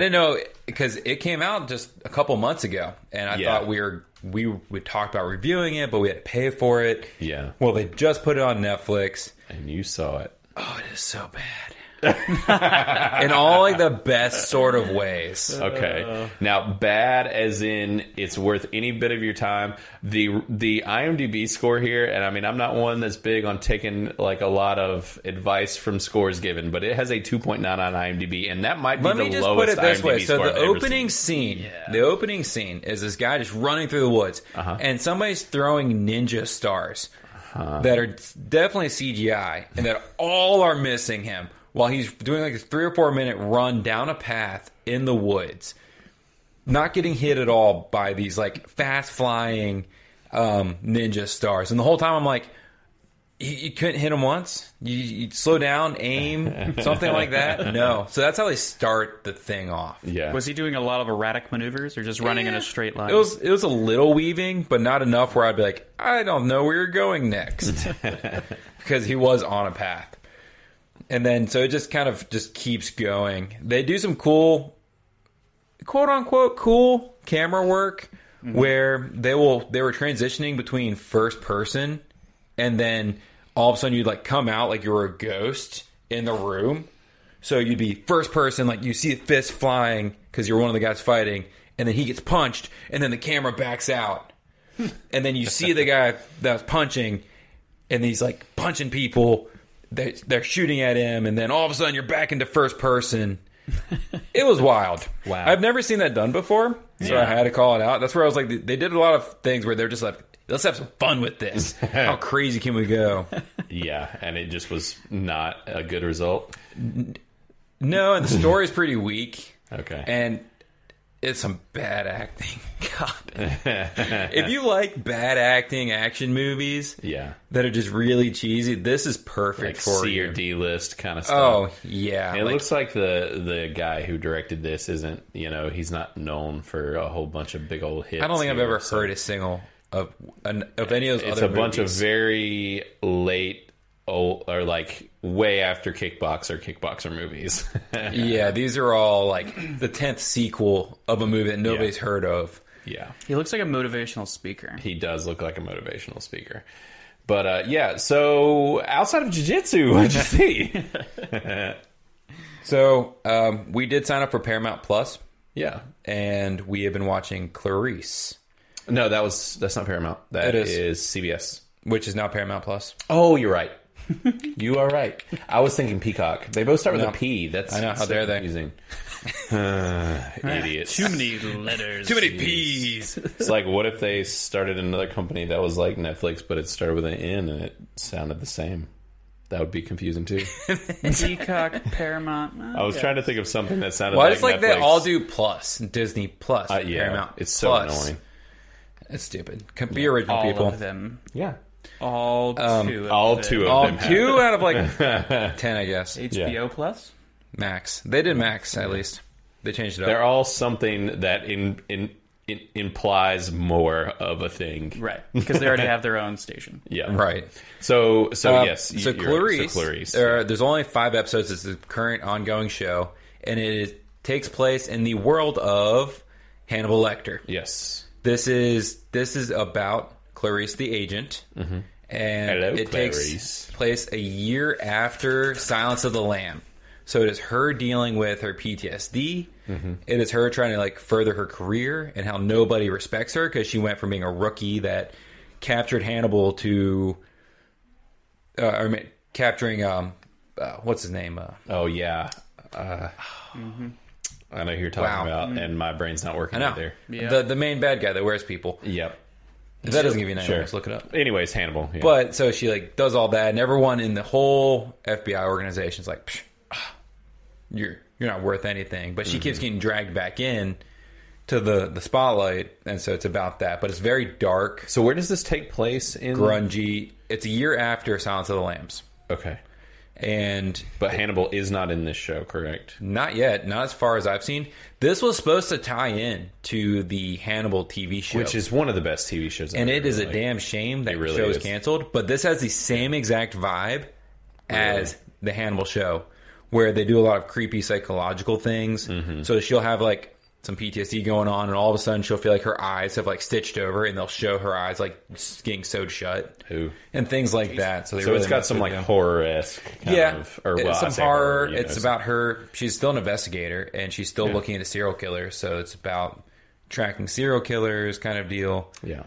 Speaker 3: didn't know because it came out just a couple months ago, and I
Speaker 1: Yeah.
Speaker 3: thought we were we we talked about reviewing it, but we had to pay for it.
Speaker 1: Yeah.
Speaker 3: Well, they just put it on Netflix.
Speaker 1: and you saw it.
Speaker 3: Oh, it is so bad. In all like the best sort of ways.
Speaker 1: Okay.
Speaker 3: Uh.
Speaker 1: now, bad as in it's worth any bit of your time. The the IMDb score here, and I mean, I'm not one that's big on taking like a lot of advice from scores given, but it has a 2.9 on IMDb, and that might be
Speaker 3: Let
Speaker 1: the
Speaker 3: me just put
Speaker 1: lowest
Speaker 3: it this
Speaker 1: IMDb
Speaker 3: way. So
Speaker 1: score
Speaker 3: the
Speaker 1: I've ever
Speaker 3: opening
Speaker 1: seen.
Speaker 3: scene, the opening scene is this guy just running through the woods,
Speaker 1: Uh-huh.
Speaker 3: and somebody's throwing ninja stars
Speaker 1: Uh-huh.
Speaker 3: that are definitely CGI, and that all are missing him while he's doing like a three or four minute run down a path in the woods, not getting hit at all by these like fast flying um, ninja stars. And the whole time I'm like. You, you couldn't hit him once. You, you slow down, aim, something like that. No, so that's how they start the thing off.
Speaker 1: Yeah.
Speaker 2: Was he doing a lot of erratic maneuvers or just running in a straight line?
Speaker 3: Eh, It was it was a little weaving, but not enough where I'd be like, I don't know where you're going next, because he was on a path, and then so it just kind of just keeps going. They do some cool, quote unquote, cool camera work
Speaker 2: Mm-hmm.
Speaker 3: where they will they were transitioning between first person, and then all of a sudden you'd like come out like you were a ghost in the room, so you'd be first person, like you see a fist flying because you're one of the guys fighting, and then he gets punched, and then the camera backs out, and then you see the guy that was punching, and he's like punching people. They're, they're shooting at him, and then all of a sudden you're back into first person, it was wild.
Speaker 1: Wow.
Speaker 3: I've never seen that done before, so
Speaker 1: Yeah.
Speaker 3: I had to call it out. That's where I was like, they did a lot of things where they're just like, let's have some fun with this. How crazy can we go?
Speaker 1: Yeah, and it just was not a good result.
Speaker 3: No, and the story's pretty weak,
Speaker 1: Okay.
Speaker 3: and it's some bad acting. God, if you like bad acting action movies
Speaker 1: yeah.
Speaker 3: that are just really cheesy, this is perfect
Speaker 1: Like
Speaker 3: for
Speaker 1: C
Speaker 3: you.
Speaker 1: or D list kind of stuff.
Speaker 3: Oh yeah,
Speaker 1: It
Speaker 3: like-
Speaker 1: looks like the the guy who directed this isn't, you know, he's not known for a whole bunch of big old hits.
Speaker 3: I don't think I've
Speaker 1: here,
Speaker 3: ever
Speaker 1: so-
Speaker 3: heard a single of an, of any of those.
Speaker 1: It's
Speaker 3: other
Speaker 1: a bunch of
Speaker 3: movies.
Speaker 1: very late old or like way after kickboxer kickboxer movies.
Speaker 3: yeah. These are all like the tenth sequel of a movie that nobody's heard of.
Speaker 1: yeah.
Speaker 2: He looks like a motivational speaker.
Speaker 1: He does look like a motivational speaker. But uh, yeah, so outside of jiu-jitsu, what'd you see?
Speaker 3: So um, we did sign up for Paramount Plus,
Speaker 1: yeah.
Speaker 3: and we have been watching Clarice,
Speaker 1: No, that was that's not Paramount. That
Speaker 3: It
Speaker 1: is.
Speaker 3: is.
Speaker 1: CBS.
Speaker 3: which is now Paramount Plus.
Speaker 1: Oh, you're right. you are right. I was thinking Peacock. They both start with
Speaker 3: No.
Speaker 1: a P. That's
Speaker 3: I know, how dare they.
Speaker 1: Using uh, idiots.
Speaker 2: Too many letters.
Speaker 3: Too many P's.
Speaker 1: It's like what if they started another company that was like Netflix, but it started with an N and it sounded the same. That would be confusing too.
Speaker 2: Peacock, Paramount. eh,
Speaker 1: I was trying to think of something that sounded
Speaker 3: Why
Speaker 1: like
Speaker 3: does like they
Speaker 1: Netflix.
Speaker 3: all do Plus Disney Plus
Speaker 1: Uh, yeah,
Speaker 3: Paramount?
Speaker 1: it's so
Speaker 3: Plus.
Speaker 1: annoying.
Speaker 3: It's stupid. Can Be original
Speaker 2: all
Speaker 3: people.
Speaker 2: of them.
Speaker 1: Yeah,
Speaker 2: All two. Of
Speaker 1: Um, all
Speaker 2: them.
Speaker 1: two of
Speaker 3: All
Speaker 1: them. have
Speaker 3: two out of like ten, I guess.
Speaker 2: HBO Plus.
Speaker 3: Max. They did Max at least. They changed it up.
Speaker 1: They're all something that in, in, in implies more of a thing.
Speaker 2: Right, because they already have their own station.
Speaker 1: Yeah.
Speaker 3: Right.
Speaker 1: So so
Speaker 3: Uh,
Speaker 1: yes.
Speaker 3: So
Speaker 1: you're right.
Speaker 3: Clarice,
Speaker 1: So Clarice.
Speaker 3: there are- there's only five episodes. It's the current ongoing show, and it is, takes place in the world of Hannibal Lecter.
Speaker 1: yes.
Speaker 3: This is this is about Clarice the agent, and
Speaker 1: Mm-hmm. Hello,
Speaker 3: it
Speaker 1: Clarice.
Speaker 3: takes place a year after Silence of the Lamb. So it is her dealing with her PTSD.
Speaker 1: Mm-hmm.
Speaker 3: It is her trying to like further her career and how nobody respects her because she went from being a rookie that captured Hannibal to, uh, I mean, capturing um, uh, what's his name? Uh,
Speaker 1: Oh yeah. Uh, I know who you're talking
Speaker 3: Mm-hmm. Wow. Mm-hmm.
Speaker 1: about, and my brain's not working
Speaker 3: I know
Speaker 1: right there.
Speaker 2: Yeah.
Speaker 3: the the main bad guy that wears people.
Speaker 1: Yep.
Speaker 3: If that doesn't give you an
Speaker 1: Sure.
Speaker 3: sure. look it up.
Speaker 1: Anyways, Hannibal. yeah.
Speaker 3: But so she like does all that, and everyone in the whole FBI organization's like, Psh, ah, "You're you're not worth anything." But she keeps getting dragged back in to the the spotlight, and so it's about that. But it's very dark,
Speaker 1: so where does this take place in?
Speaker 3: grungy. It's a year after Silence of the Lambs,
Speaker 1: Okay.
Speaker 3: and
Speaker 1: But Hannibal is not in this show, correct?
Speaker 3: not yet, not as far as I've seen. This was supposed to tie in to the Hannibal TV show,
Speaker 1: Which is one of the best TV shows.
Speaker 3: and it is a
Speaker 1: damn.
Speaker 3: damn shame that
Speaker 1: really
Speaker 3: show is
Speaker 1: is.
Speaker 3: canceled. But this has the same exact vibe as the Hannibal show, where they do a lot of creepy psychological things.
Speaker 1: Mm-hmm.
Speaker 3: So she'll have like some PTSD going on, and all of a sudden she'll feel like her eyes have like stitched over, and they'll show her eyes like s- getting sewed shut,
Speaker 1: Ooh.
Speaker 3: and things like that. So, they
Speaker 1: Oh. So
Speaker 3: really
Speaker 1: it's got
Speaker 3: messed
Speaker 1: some
Speaker 3: with
Speaker 1: like
Speaker 3: them.
Speaker 1: horror esque.
Speaker 3: Yeah,
Speaker 1: Of, or well,
Speaker 3: it's
Speaker 1: I
Speaker 3: some
Speaker 1: say
Speaker 3: horror.
Speaker 1: you know,
Speaker 3: it's about her. She's still an investigator, and she's still looking into serial killers. So it's about tracking serial killers, kind of deal
Speaker 1: yeah.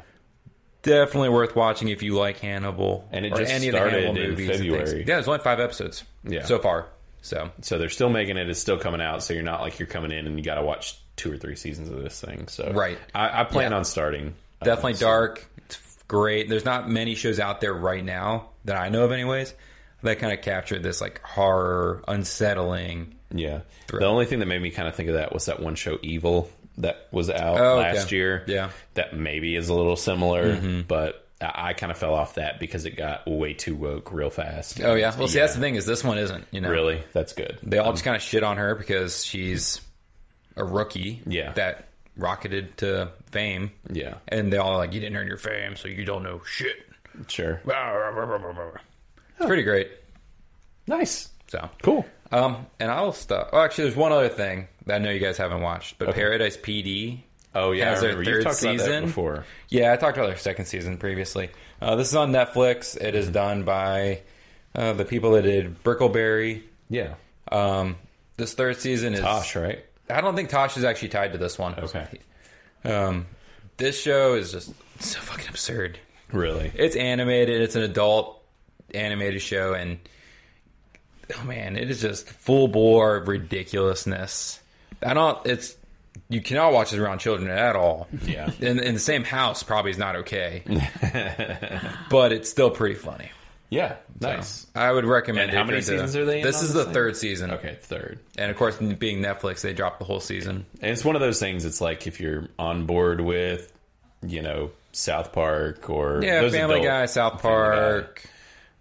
Speaker 3: definitely worth watching if you like Hannibal
Speaker 1: And it
Speaker 3: or
Speaker 1: just
Speaker 3: any of the
Speaker 1: started
Speaker 3: Hannibal
Speaker 1: in
Speaker 3: movies. and things.
Speaker 1: February.
Speaker 3: Yeah, there's only five episodes.
Speaker 1: Yeah.
Speaker 3: so far. So
Speaker 1: So they're still making it. It's still coming out. So you're not like you're coming in and you got to watch two or three seasons of this thing. So
Speaker 3: Right.
Speaker 1: I, I plan
Speaker 3: Yeah.
Speaker 1: on starting. uh,
Speaker 3: definitely
Speaker 1: so-
Speaker 3: dark. It's f- great. There's not many shows out there right now that I know of, anyways. That kind of captured this like horror, unsettling.
Speaker 1: yeah. The only thing that made me kind of think of that was that one show, Evil, that was out
Speaker 3: Oh, okay.
Speaker 1: last year.
Speaker 3: Yeah. Mm-hmm.
Speaker 1: That maybe is a little similar, but I, I kind of fell off that because it got way too woke real fast.
Speaker 3: Oh yeah. Well, see, that's the thing is this one isn't. You know,
Speaker 1: Really? That's good.
Speaker 3: they all just kind of shit on her because she's a rookie.
Speaker 1: Yeah.
Speaker 3: that rocketed to fame,
Speaker 1: Yeah.
Speaker 3: and they all like you didn't earn your fame, so you don't know shit.
Speaker 1: Sure.
Speaker 3: It's pretty great.
Speaker 1: Nice.
Speaker 3: So
Speaker 1: Cool.
Speaker 3: Um, and I'll stop. Oh, actually, there's one other thing that I know you guys haven't watched, but Paradise PD.
Speaker 1: Oh yeah,
Speaker 3: Has
Speaker 1: I
Speaker 3: their
Speaker 1: remember. You've
Speaker 3: third
Speaker 1: talked about that
Speaker 3: season?
Speaker 1: before.
Speaker 3: Yeah, I talked about their second season previously. Uh, this is on Netflix. It
Speaker 1: Mm-hmm.
Speaker 3: is done by uh, the people that did Brickleberry.
Speaker 1: Yeah.
Speaker 3: Um, this third season is.
Speaker 1: Tosh, right?
Speaker 3: I don't think Tosh is actually tied to this one.
Speaker 1: Okay.
Speaker 3: Um, this show is just so fucking absurd.
Speaker 1: Really?
Speaker 3: It's animated. It's an adult animated show, and oh man, it is just full bore ridiculousness. I don't. It's you cannot watch this around children at all.
Speaker 1: Yeah.
Speaker 3: in, in the same house probably is not okay, but it's still pretty funny.
Speaker 1: Yeah, nice.
Speaker 3: I would recommend.
Speaker 1: And
Speaker 3: it
Speaker 1: how
Speaker 3: if
Speaker 1: many
Speaker 3: it's a-
Speaker 1: seasons are they in
Speaker 3: This
Speaker 1: on
Speaker 3: is
Speaker 1: this
Speaker 3: the
Speaker 1: thing?
Speaker 3: third season.
Speaker 1: Okay, third.
Speaker 3: and of course, being Netflix, they dropped the whole season.
Speaker 1: And it's one of those things. It's like if you're on board with, you know, South Park or
Speaker 3: Yeah,
Speaker 1: those
Speaker 3: Family
Speaker 1: adult,
Speaker 3: Guy, South
Speaker 1: Guy.
Speaker 3: Park,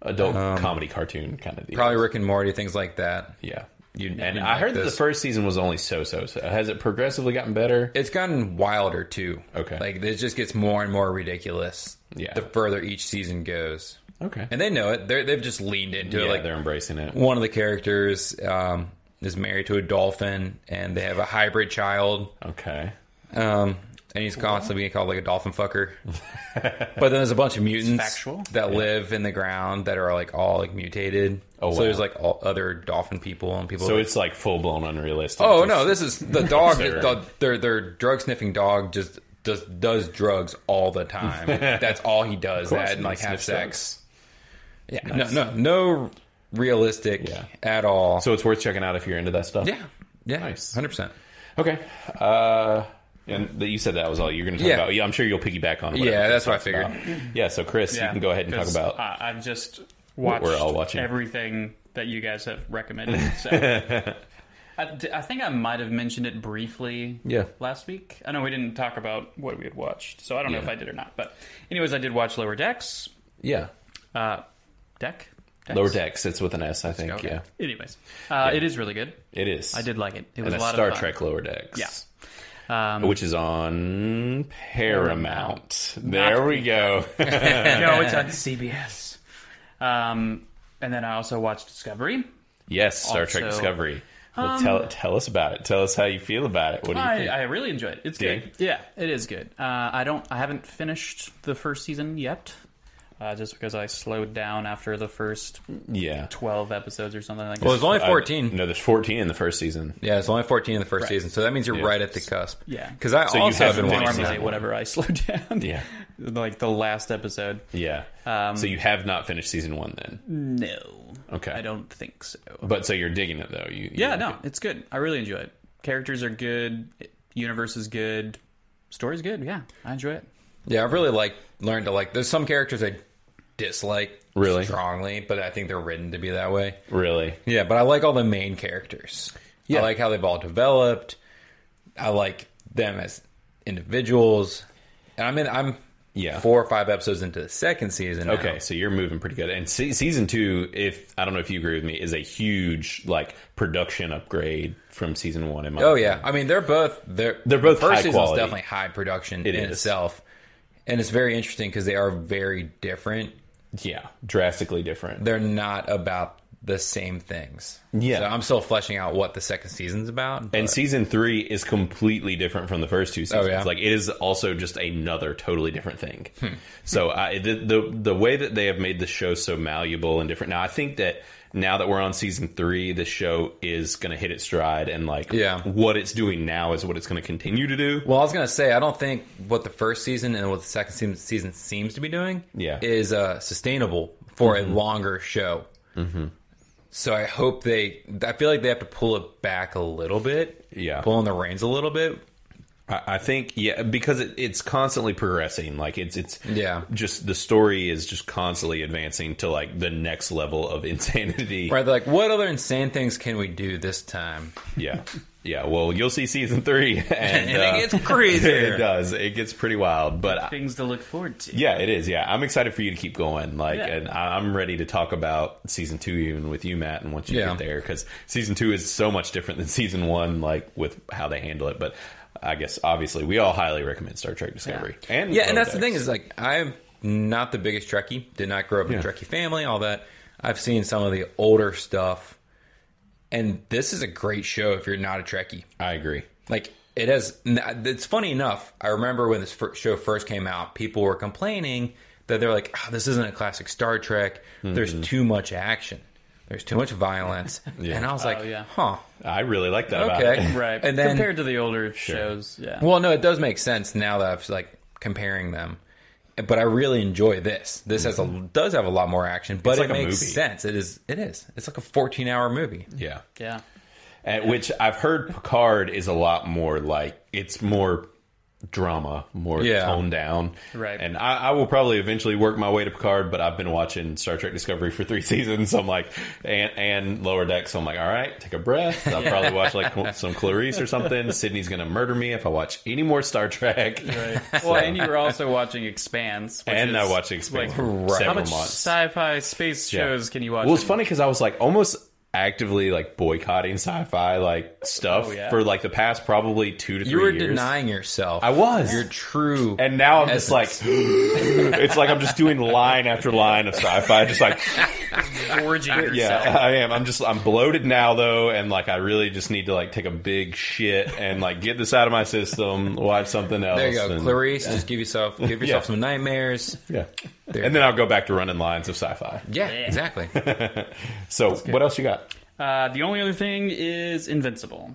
Speaker 1: adult comedy cartoon kind of deal.
Speaker 3: probably Rick and Morty, things like that.
Speaker 1: Yeah. You, and
Speaker 3: mean
Speaker 1: I
Speaker 3: like
Speaker 1: heard that the
Speaker 3: this.
Speaker 1: first season was only so so. so. Has it progressively gotten better?
Speaker 3: It's gotten wilder too.
Speaker 1: Okay.
Speaker 3: like it just gets more and more ridiculous.
Speaker 1: Yeah.
Speaker 3: the further each season goes,
Speaker 1: Okay.
Speaker 3: and they know it. They're, they've just leaned into
Speaker 1: yeah,
Speaker 3: it. Like
Speaker 1: they're embracing it.
Speaker 3: one of the characters um, is married to a dolphin, and they have a hybrid child,
Speaker 1: Okay.
Speaker 3: um, and he's constantly being called like a dolphin fucker. but then there's a bunch of mutants
Speaker 2: factual.
Speaker 3: that live in the ground that are like all like mutated.
Speaker 1: Oh,
Speaker 3: so
Speaker 1: wow.
Speaker 3: there's like all other dolphin people and people.
Speaker 1: So
Speaker 3: that-
Speaker 1: it's like full blown unrealistic.
Speaker 3: oh
Speaker 1: Just-
Speaker 3: no, this is the dog.
Speaker 1: Absurd.
Speaker 3: the, their their drug sniffing dog just. Does, does drugs all the time. That's all he does.
Speaker 1: Of course,
Speaker 3: That and
Speaker 1: man,
Speaker 3: like
Speaker 1: sniff
Speaker 3: have sex.
Speaker 1: drugs.
Speaker 3: Yeah.
Speaker 1: Nice.
Speaker 3: No, no, no realistic
Speaker 1: Yeah.
Speaker 3: at all.
Speaker 1: So it's worth checking out if you're into that stuff.
Speaker 3: Yeah. Yeah.
Speaker 1: Nice.
Speaker 3: Hundred percent.
Speaker 1: Okay. Uh, and that you said that was all you're going to talk
Speaker 3: Yeah.
Speaker 1: about. Yeah, I'm sure you'll piggyback on. whatever
Speaker 3: Yeah,
Speaker 1: we
Speaker 3: that's what I
Speaker 1: talked about. Yeah. So Chris, you
Speaker 2: Yeah,
Speaker 1: can go ahead and talk
Speaker 2: 'cause
Speaker 1: about.
Speaker 2: I, I've just
Speaker 1: What
Speaker 2: watched
Speaker 1: we're all watching.
Speaker 2: everything that you guys have recommended. So I, d- I think I might have mentioned it briefly.
Speaker 1: Yeah.
Speaker 2: Last week, I know we didn't talk about what we had watched, so I don't know
Speaker 1: Yeah.
Speaker 2: if I did or not. But anyways, I did watch Lower Decks.
Speaker 1: yeah.
Speaker 2: Uh, deck. Decks?
Speaker 1: Lower decks. It's with an S, I think.
Speaker 3: Okay.
Speaker 1: Yeah,
Speaker 2: Anyways, uh, it is really good.
Speaker 1: it is.
Speaker 2: I did like it. It
Speaker 1: and
Speaker 2: was a
Speaker 1: that's
Speaker 2: lot
Speaker 1: Star
Speaker 2: of fun.
Speaker 1: Trek Oh, Lower Decks.
Speaker 2: Yeah. Um,
Speaker 1: which is on Paramount. There we go.
Speaker 2: no, it's on CBS. Um, and then I also watched Discovery.
Speaker 1: yes, Star Trek
Speaker 2: Also, um,
Speaker 1: Discovery. Well, tell tell us about it. Tell us how you feel about it. What do you
Speaker 2: I,
Speaker 1: think?
Speaker 2: I really enjoyed it. It's
Speaker 1: Did
Speaker 2: good. Yeah, it is good. Uh, I don't. I haven't finished the first season yet, uh, just because I slowed down after the first
Speaker 1: yeah.
Speaker 2: twelve episodes or something like that.
Speaker 3: Well, it's only
Speaker 1: I-
Speaker 3: fourteen.
Speaker 1: no, there's 14 in the first season.
Speaker 3: Yeah, it's only fourteen in the first
Speaker 2: Right.
Speaker 3: season, so that means you're right at the cusp.
Speaker 2: Yeah.
Speaker 3: because I
Speaker 1: you
Speaker 3: also have
Speaker 1: haven't
Speaker 3: been
Speaker 1: finished
Speaker 3: watching.
Speaker 2: normally
Speaker 1: season one.
Speaker 2: whatever I slowed down.
Speaker 1: Yeah.
Speaker 2: like the last episode.
Speaker 1: Yeah.
Speaker 2: Um,
Speaker 1: so you have not finished season one then.
Speaker 2: No,
Speaker 1: Okay.
Speaker 2: I don't think so.
Speaker 1: But so you're digging it though. You, you
Speaker 2: Yeah,
Speaker 1: like
Speaker 2: no,
Speaker 1: it.
Speaker 2: it's good. I really enjoy it. Characters are good. Universe is good. Story's good. Yeah, I enjoy it.
Speaker 3: Yeah, I've really like learned to like. There's some characters I dislike
Speaker 1: Really?
Speaker 3: strongly, but I think they're written to be that way.
Speaker 1: Really?
Speaker 3: Yeah, but I like all the main characters.
Speaker 1: Yeah.
Speaker 3: I like how they've all developed. I like them as individuals. And I'm in. I'm
Speaker 1: Yeah.
Speaker 3: four or five episodes into the second season. now.
Speaker 1: Okay, so you're moving pretty good. And se- season two, if I don't know if you agree with me, is a huge like production upgrade from season one. In my
Speaker 3: Oh
Speaker 1: opinion.
Speaker 3: yeah, I mean they're both they're
Speaker 1: They're both
Speaker 3: the first
Speaker 1: high
Speaker 3: season's
Speaker 1: quality.
Speaker 3: definitely high production
Speaker 1: It
Speaker 3: in
Speaker 1: is.
Speaker 3: itself, and it's very interesting because they are very different.
Speaker 1: yeah, drastically different.
Speaker 3: They're not about the same things.
Speaker 1: Yeah.
Speaker 3: so I'm still fleshing out what the second season's about.
Speaker 1: And season three is completely different from the first two seasons.
Speaker 3: Oh, yeah? Hmm.
Speaker 1: Like it is also just another totally different thing. So I, the, the the way that they have made the show so malleable and different. Now I think that now that we're on season three, the show is going to hit its stride and like
Speaker 3: Yeah.
Speaker 1: what it's doing now is what it's going to continue to do.
Speaker 3: well, I was gonna say I don't think what the first season and what the second season, season seems to be doing
Speaker 1: Yeah.
Speaker 3: is uh, sustainable for a longer show. Mm-hmm. So I hope they. I feel like they have to pull it back a little bit.
Speaker 1: Yeah.
Speaker 3: pull in the reins a little bit.
Speaker 1: I, I think yeah because it, it's constantly progressing. Like it's it's
Speaker 3: Yeah.
Speaker 1: just the story is just constantly advancing to like the next level of insanity.
Speaker 3: Right, they're like, what other insane things can we do this time?
Speaker 1: Yeah. Yeah, well, you'll see season three, and, uh,
Speaker 3: it gets crazier.
Speaker 1: it does. It gets pretty wild, but I-
Speaker 2: Things to look forward to.
Speaker 1: Uh, yeah, it is. Yeah, I'm excited for you to keep going. Like,
Speaker 2: Yeah.
Speaker 1: and I- I'm ready to talk about season two even with you, Matt, and once you
Speaker 3: Yeah.
Speaker 1: get there, because season two is so much different than season one, like with how they handle it. But I guess obviously we all highly recommend Star Trek Discovery. And
Speaker 3: Yeah, and that's the
Speaker 1: Lower
Speaker 3: thing is like I'm not the biggest Trekkie. Did not grow up in a
Speaker 1: Yeah.
Speaker 3: Trekkie family, all that. I've seen some of the older stuff, and this is a great show if you're not a Trekkie.
Speaker 1: Decks. I agree.
Speaker 3: Like it has. It's funny enough. I remember when this fir- show first came out, people were complaining that they're like, oh, "This isn't a classic Star Trek.
Speaker 1: Mm-hmm.
Speaker 3: There's too much action. There's too much violence." And I was like,
Speaker 2: yeah.
Speaker 3: "Huh."
Speaker 1: I really like that about
Speaker 3: Okay.
Speaker 1: it.
Speaker 2: Right.
Speaker 3: And then-
Speaker 2: compared to the older shows, yeah.
Speaker 3: Well, no, it does make sense now that I've like comparing them. but I really enjoy this. This has a does have a lot more action, but
Speaker 1: Mm-hmm. It's like
Speaker 3: it
Speaker 1: a
Speaker 3: makes
Speaker 1: movie.
Speaker 3: sense. It is it is. It's like a 14 hour movie.
Speaker 1: Yeah.
Speaker 2: Yeah.
Speaker 1: At which I've heard Picard is a lot more like it's more drama, more
Speaker 3: Yeah.
Speaker 1: toned down.
Speaker 2: Right.
Speaker 1: And I, I will probably eventually work my way to Picard, but I've been watching Star Trek Discovery for three seasons. So I'm like, and, and Lower Decks. So I'm like, all right, take a breath. I'll probably watch like some Clarice or something. Sydney's gonna murder me if I watch any more Star Trek.
Speaker 2: Right. Well, and you were also watching Expanse. which
Speaker 1: And I
Speaker 2: is,
Speaker 1: watched Expanse
Speaker 2: like,
Speaker 1: for
Speaker 3: right.
Speaker 1: several
Speaker 2: How much
Speaker 1: months.
Speaker 2: sci-fi space
Speaker 1: Yeah.
Speaker 2: shows can you watch?
Speaker 1: Well, it's
Speaker 2: in-
Speaker 1: funny because I was like almost actively like boycotting sci-fi like stuff
Speaker 2: Oh, yeah.
Speaker 1: for like the past probably two to three
Speaker 3: You were
Speaker 1: years.
Speaker 3: denying yourself.
Speaker 1: I was.
Speaker 3: Your true.
Speaker 1: and now I'm just like, it's like I'm just doing line after line of sci-fi, just like,
Speaker 2: Gorging yourself.
Speaker 1: yeah, I am. I'm just, I'm bloated now though, and like I really just need to like take a big shit and like get this out of my system, watch something else.
Speaker 3: there you go,
Speaker 1: and,
Speaker 3: Clarice. Just give yourself give yourself
Speaker 1: Yeah.
Speaker 3: some nightmares.
Speaker 1: Yeah,
Speaker 3: There.
Speaker 1: and then I'll go back to running lines of sci-fi.
Speaker 3: Yeah,
Speaker 2: Yeah.
Speaker 3: exactly.
Speaker 1: So what else you got?
Speaker 2: Uh, the only other thing is Invincible,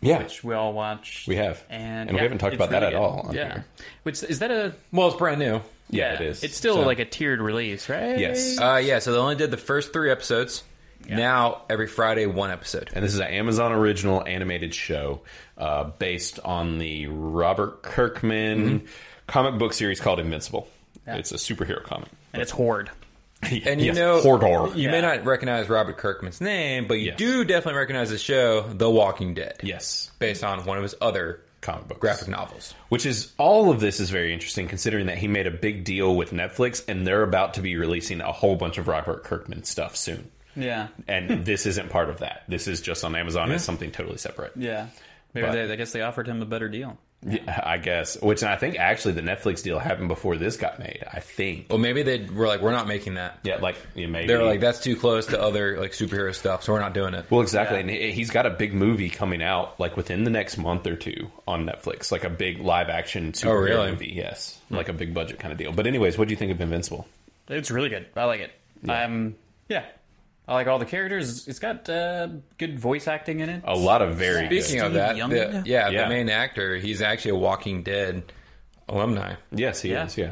Speaker 1: Yeah,
Speaker 2: which we all watched.
Speaker 1: We have.
Speaker 2: and,
Speaker 1: And we
Speaker 2: yeah,
Speaker 1: haven't talked
Speaker 2: it's
Speaker 1: about that
Speaker 2: really
Speaker 1: at
Speaker 2: good.
Speaker 1: all on
Speaker 2: yeah.
Speaker 1: here.
Speaker 2: Which is that a?
Speaker 3: well, it's brand new.
Speaker 1: yeah, it is.
Speaker 2: It's still
Speaker 1: So-
Speaker 2: like a tiered release, right?
Speaker 1: yes,
Speaker 3: Uh, yeah, so they only did the first three episodes. Now every Friday, one episode.
Speaker 1: and this is an Amazon original animated show uh, based on the Robert
Speaker 3: Mm-hmm.
Speaker 1: Kirkman comic book series called Invincible. It's a superhero comic.
Speaker 2: and it's Horde.
Speaker 3: And you
Speaker 1: Yes,
Speaker 3: know,
Speaker 1: Hordor.
Speaker 3: you may
Speaker 2: Yeah.
Speaker 3: not recognize Robert Kirkman's name, but you
Speaker 1: Yes.
Speaker 3: do definitely recognize the show, The Walking Dead.
Speaker 1: Yes,
Speaker 3: based on one of his other
Speaker 1: comic books.
Speaker 3: graphic novels.
Speaker 1: Which is all of this is very interesting considering that he made a big deal with Netflix and they're about to be releasing a whole bunch of Robert Kirkman stuff soon.
Speaker 2: Yeah,
Speaker 3: Hmm.
Speaker 1: And this isn't part of that. This is just on Amazon. It's something totally separate.
Speaker 2: yeah. Maybe
Speaker 1: But-
Speaker 2: they, I guess they offered him a better deal.
Speaker 1: Yeah, I guess. Which I think actually the Netflix deal happened before this got made. I think.
Speaker 3: Well, maybe they were like, we're not making that.
Speaker 1: Yeah, like you maybe
Speaker 3: They were like, that's too close to other like superhero stuff, so we're not doing it.
Speaker 1: Well, exactly, and he- he's got a big movie coming out like within the next month or two on Netflix, like a big live action superhero
Speaker 3: Oh, really? Hmm.
Speaker 1: movie. Yes, like a big budget kind of deal. But anyways, what do you think of Invincible?
Speaker 2: It's really good. I like it. Um, yeah, I like all the characters. It's got uh, good voice acting in it.
Speaker 1: A lot of very
Speaker 3: Speaking of
Speaker 2: Steve
Speaker 3: that,
Speaker 2: Young?
Speaker 3: the, yeah,
Speaker 1: Yeah.
Speaker 3: the main actor, he's actually a Walking Dead alumni.
Speaker 1: good. Yes, he
Speaker 2: Yeah.
Speaker 1: is. Yeah,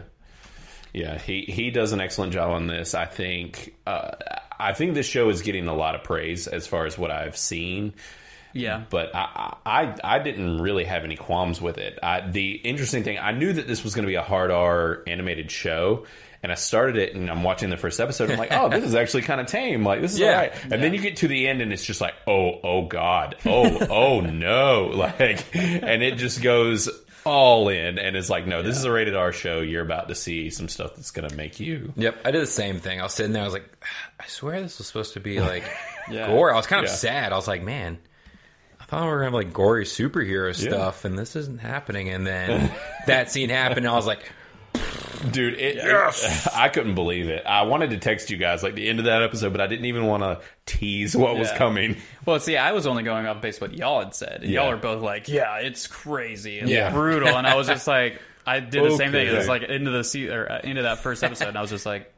Speaker 1: yeah. He he does an excellent job on this. I think. Uh, I think this show is getting a lot of praise as far as what I've seen.
Speaker 2: Yeah,
Speaker 1: but I, I I didn't really have any qualms with it. I, the interesting thing, I knew that this was going to be a hard R animated show, and I started it, and I'm watching the first episode. I'm like, oh, this is actually kind of tame. Like this is
Speaker 3: Yeah.
Speaker 1: all right. And then you get to the end, and it's just like, oh, oh god, oh, oh no, like, and it just goes all in, and it's like, no, this is a rated R show. You're about to see some stuff that's going to make you.
Speaker 3: Yep, I did the same thing. I was sitting there, I was like, I swear this was supposed to be like
Speaker 2: Yeah.
Speaker 3: gore. I was kind of
Speaker 1: Yeah.
Speaker 3: sad. I was like, man. I thought we were gonna have like gory superhero stuff, and this isn't happening. And then that scene happened, and I was like,
Speaker 1: Dude, it, I couldn't believe it. I wanted to text you guys like the end of that episode, but I didn't even want to tease what was
Speaker 2: Yeah.
Speaker 1: coming.
Speaker 2: Well, see, I was only going off based on what y'all had said. And
Speaker 1: Yeah.
Speaker 2: Y'all are both like, "Yeah, it's crazy, and
Speaker 1: Yeah.
Speaker 2: brutal," and I was just like, I did the same thing. It was
Speaker 1: Okay.
Speaker 2: like into the se- or uh, into that first episode, and I was just like,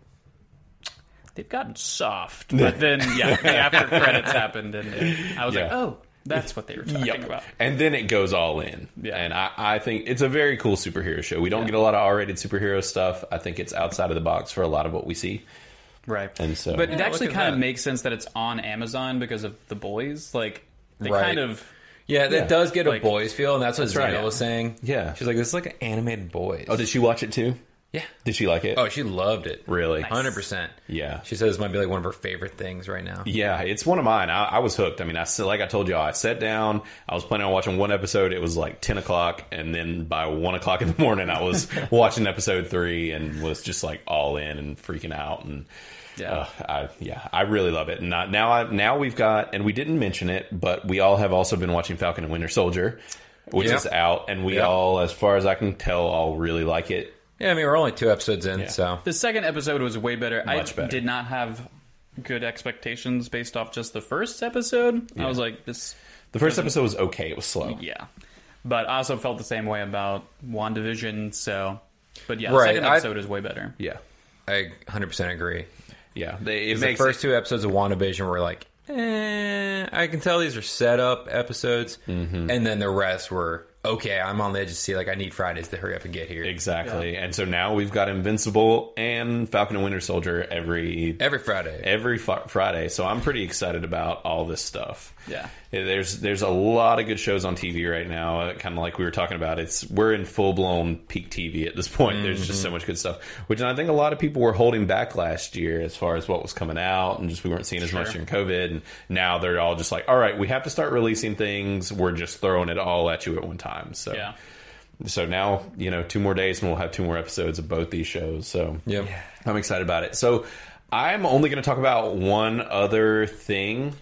Speaker 2: "They've gotten soft." But then, yeah, the after credits happened, and I was like,
Speaker 1: Yeah.
Speaker 2: "Oh, that's what they were talking about."
Speaker 1: And then it goes all in.
Speaker 2: Yeah.
Speaker 1: And I, I think it's a very cool superhero show. We don't get a lot of R rated superhero stuff. I think it's outside of the box for a lot of what we see.
Speaker 2: Right.
Speaker 1: And so
Speaker 2: but it
Speaker 3: look
Speaker 2: actually
Speaker 3: at
Speaker 2: kind
Speaker 3: that.
Speaker 2: of makes sense that it's on Amazon because of the boys. Like they
Speaker 3: Right.
Speaker 2: kind of
Speaker 3: Yeah, that
Speaker 1: Yeah.
Speaker 3: does get a
Speaker 2: Like-
Speaker 3: boys feel, and that's what Zena
Speaker 1: right.
Speaker 3: was saying.
Speaker 1: Yeah.
Speaker 3: she's like, "This is like an animated boys."
Speaker 1: Oh, did she watch it too?
Speaker 3: yeah.
Speaker 1: Did she like it?
Speaker 3: Oh, she loved it.
Speaker 1: really?
Speaker 3: hundred percent.
Speaker 1: Yeah.
Speaker 3: she says this might be like one of her favorite things right now.
Speaker 1: Yeah, it's one of mine. I, I was hooked. I mean, I s- like I told y'all, I sat down. I was planning on watching one episode. It was like ten o'clock, and then by one o'clock in the morning, I was watching episode three and was just like all in and freaking out. And
Speaker 2: Yeah.
Speaker 1: uh, I, yeah, I really love it. And I, now, I, now we've got, and we didn't mention it, but we all have also been watching Falcon and Winter Soldier, which
Speaker 3: Yeah.
Speaker 1: is out, and we
Speaker 3: Yeah.
Speaker 1: all, as far as I can tell, all really like it.
Speaker 3: Yeah, I mean we're only two episodes in, so
Speaker 2: The second episode was way better.
Speaker 1: Much
Speaker 2: I
Speaker 1: better.
Speaker 2: did not have good expectations based off just the first episode. I was like, this,
Speaker 1: The
Speaker 3: Mm-hmm.
Speaker 1: first episode was okay. It was slow.
Speaker 2: yeah. But I also felt the same way about WandaVision, so. But yeah, the
Speaker 3: Right,
Speaker 2: second
Speaker 3: I-
Speaker 2: episode is way better.
Speaker 1: Yeah,
Speaker 3: I hundred percent agree.
Speaker 1: yeah. They, it
Speaker 3: The
Speaker 1: makes
Speaker 3: first two episodes of WandaVision were like,
Speaker 1: Mm-hmm.
Speaker 3: eh, I can tell these are setup episodes, and then the rest were okay, I'm on the edge of see like I need Fridays to hurry up and get here.
Speaker 1: Exactly. And so now we've got Invincible and Falcon and Winter Soldier every
Speaker 3: Every Friday.
Speaker 1: every fr- Friday. So I'm pretty excited about all this stuff.
Speaker 2: Yeah.
Speaker 1: There's there's a lot of good shows on TV right now. Uh, kind of like we were talking about, it's we're in full blown peak TV at this
Speaker 2: Mm-hmm.
Speaker 1: point. There's just so much good stuff, which I think a lot of people were holding back last year as far as what was coming out, and just we weren't seeing as much
Speaker 2: Sure.
Speaker 1: during COVID. And now they're all just like, all right, we have to start releasing things. We're just throwing it all at you at one time. So
Speaker 2: Yeah.
Speaker 1: so now you know two more days and we'll have two more episodes of both these shows so
Speaker 3: Yep.
Speaker 1: i'm excited about it so i'm only going to talk about one other thing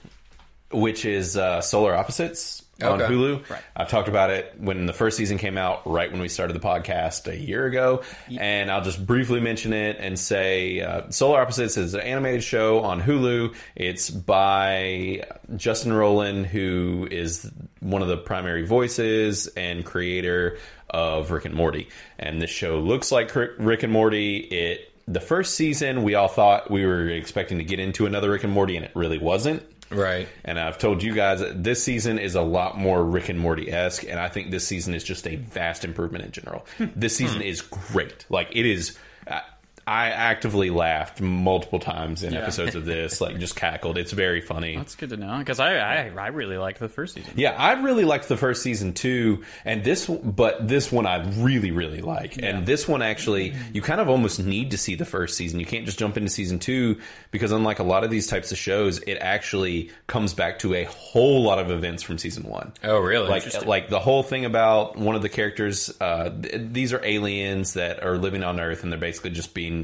Speaker 1: which is uh, solar opposites on
Speaker 3: Okay.
Speaker 1: hulu
Speaker 2: Right.
Speaker 1: i've talked about it when the first season came out right when we started the podcast a year ago and i'll just briefly mention it and say uh, solar opposites is an animated show on hulu it's by justin roland who is one of the primary voices and creator of rick and morty and this show looks like rick and morty it the first season we all thought we were expecting to get into another rick and morty and it really wasn't
Speaker 3: Right.
Speaker 1: and I've told you guys that this season is a lot more Rick and Morty esque, and I think this season is just a vast improvement in general. this season is great. Like it is. I, I actively laughed multiple times in episodes of this, like just cackled. It's very funny.
Speaker 2: That's good to know because I, I I really liked the first season.
Speaker 1: Yeah, I really liked the first season too, and this, but this one I really, really like. And this one actually, you kind of almost need to see the first season. You can't just jump into season two because, unlike a lot of these types of shows, it actually comes back to a whole lot of events from season one.
Speaker 3: Oh, really?
Speaker 1: Like, like the whole thing about one of the characters. Uh, th- these are aliens that are living on Earth, and they're basically just being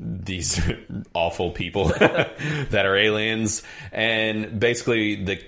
Speaker 1: these awful people that are aliens. And basically, the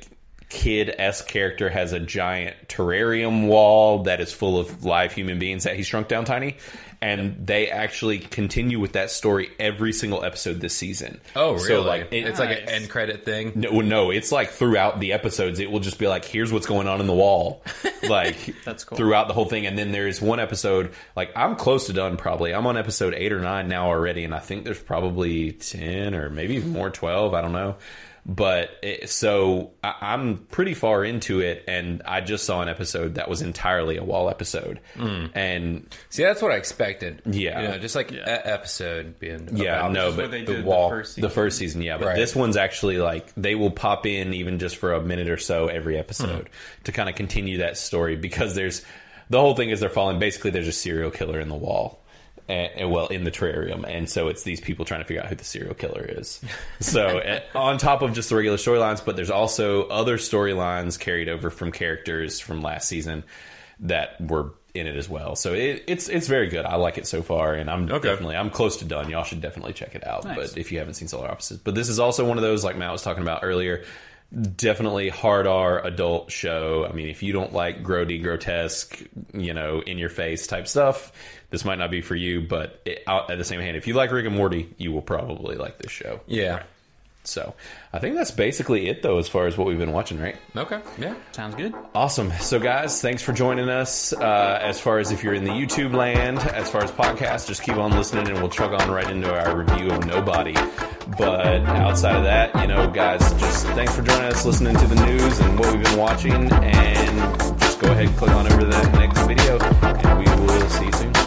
Speaker 1: kid S character has a giant terrarium wall that is full of live human beings that he shrunk down tiny. And they actually continue with that story every single episode this season.
Speaker 3: Oh, really?
Speaker 1: So like, it-
Speaker 3: it's like an
Speaker 2: Nice.
Speaker 3: end credit thing.
Speaker 1: no, well, no, it's like throughout the episodes, it will just be like, here's what's going on in the wall. Like,
Speaker 2: That's cool.
Speaker 1: Throughout the whole thing. And then there's one episode, like, I'm close to done probably. I'm on episode eight or nine now already. And I think there's probably 10 or maybe even more, 12. I don't know. But it, so I, I'm pretty far into it. And I just saw an episode that was entirely a wall episode.
Speaker 2: Hmm.
Speaker 1: And
Speaker 3: See, that's what I expected.
Speaker 1: Yeah.
Speaker 3: You know, just like
Speaker 2: Yeah.
Speaker 3: a episode being
Speaker 1: Yeah,
Speaker 3: about-
Speaker 1: no,
Speaker 2: is
Speaker 1: but
Speaker 2: what they
Speaker 1: the
Speaker 2: did the
Speaker 1: wall, the first,
Speaker 2: first
Speaker 1: season.
Speaker 2: season.
Speaker 1: yeah. But
Speaker 3: Right.
Speaker 1: this one's actually like they will pop in even just for a minute or so every episode to kind of continue that story because there's the whole thing is they're falling. Basically, there's a serial killer in the wall. And, and, well, in the terrarium, and so it's these people trying to figure out who the serial killer is. So, eh, on top of just the regular storylines, but there's also other storylines carried over from characters from last season that were in it as well. So it, it's it's very good. I like it so far, and I'm
Speaker 3: Okay.
Speaker 1: definitely I'm close to done. Y'all should definitely check it out.
Speaker 2: Nice.
Speaker 1: But if you haven't seen Solar Opposites, but this is also one of those like Matt was talking about earlier. Definitely hard R adult show. I mean, if you don't like grody, grotesque, you know, in your face type stuff, this might not be for you. But it, out, at the same hand, if you like Rick and Morty, you will probably like this show.
Speaker 3: Yeah.
Speaker 1: So I think that's basically it, though, as far as what we've been watching, right?
Speaker 3: Okay. Yeah.
Speaker 2: Sounds good.
Speaker 1: Awesome. So, guys, thanks for joining us. Uh, as far as if you're in the YouTube land, as far as podcasts, just keep on listening and we'll chug on right into our review of Nobody. But outside of that, you know, guys, just thanks for joining us, listening to the news and what we've been watching. And just go ahead and click on over to that next video, and we will see you soon.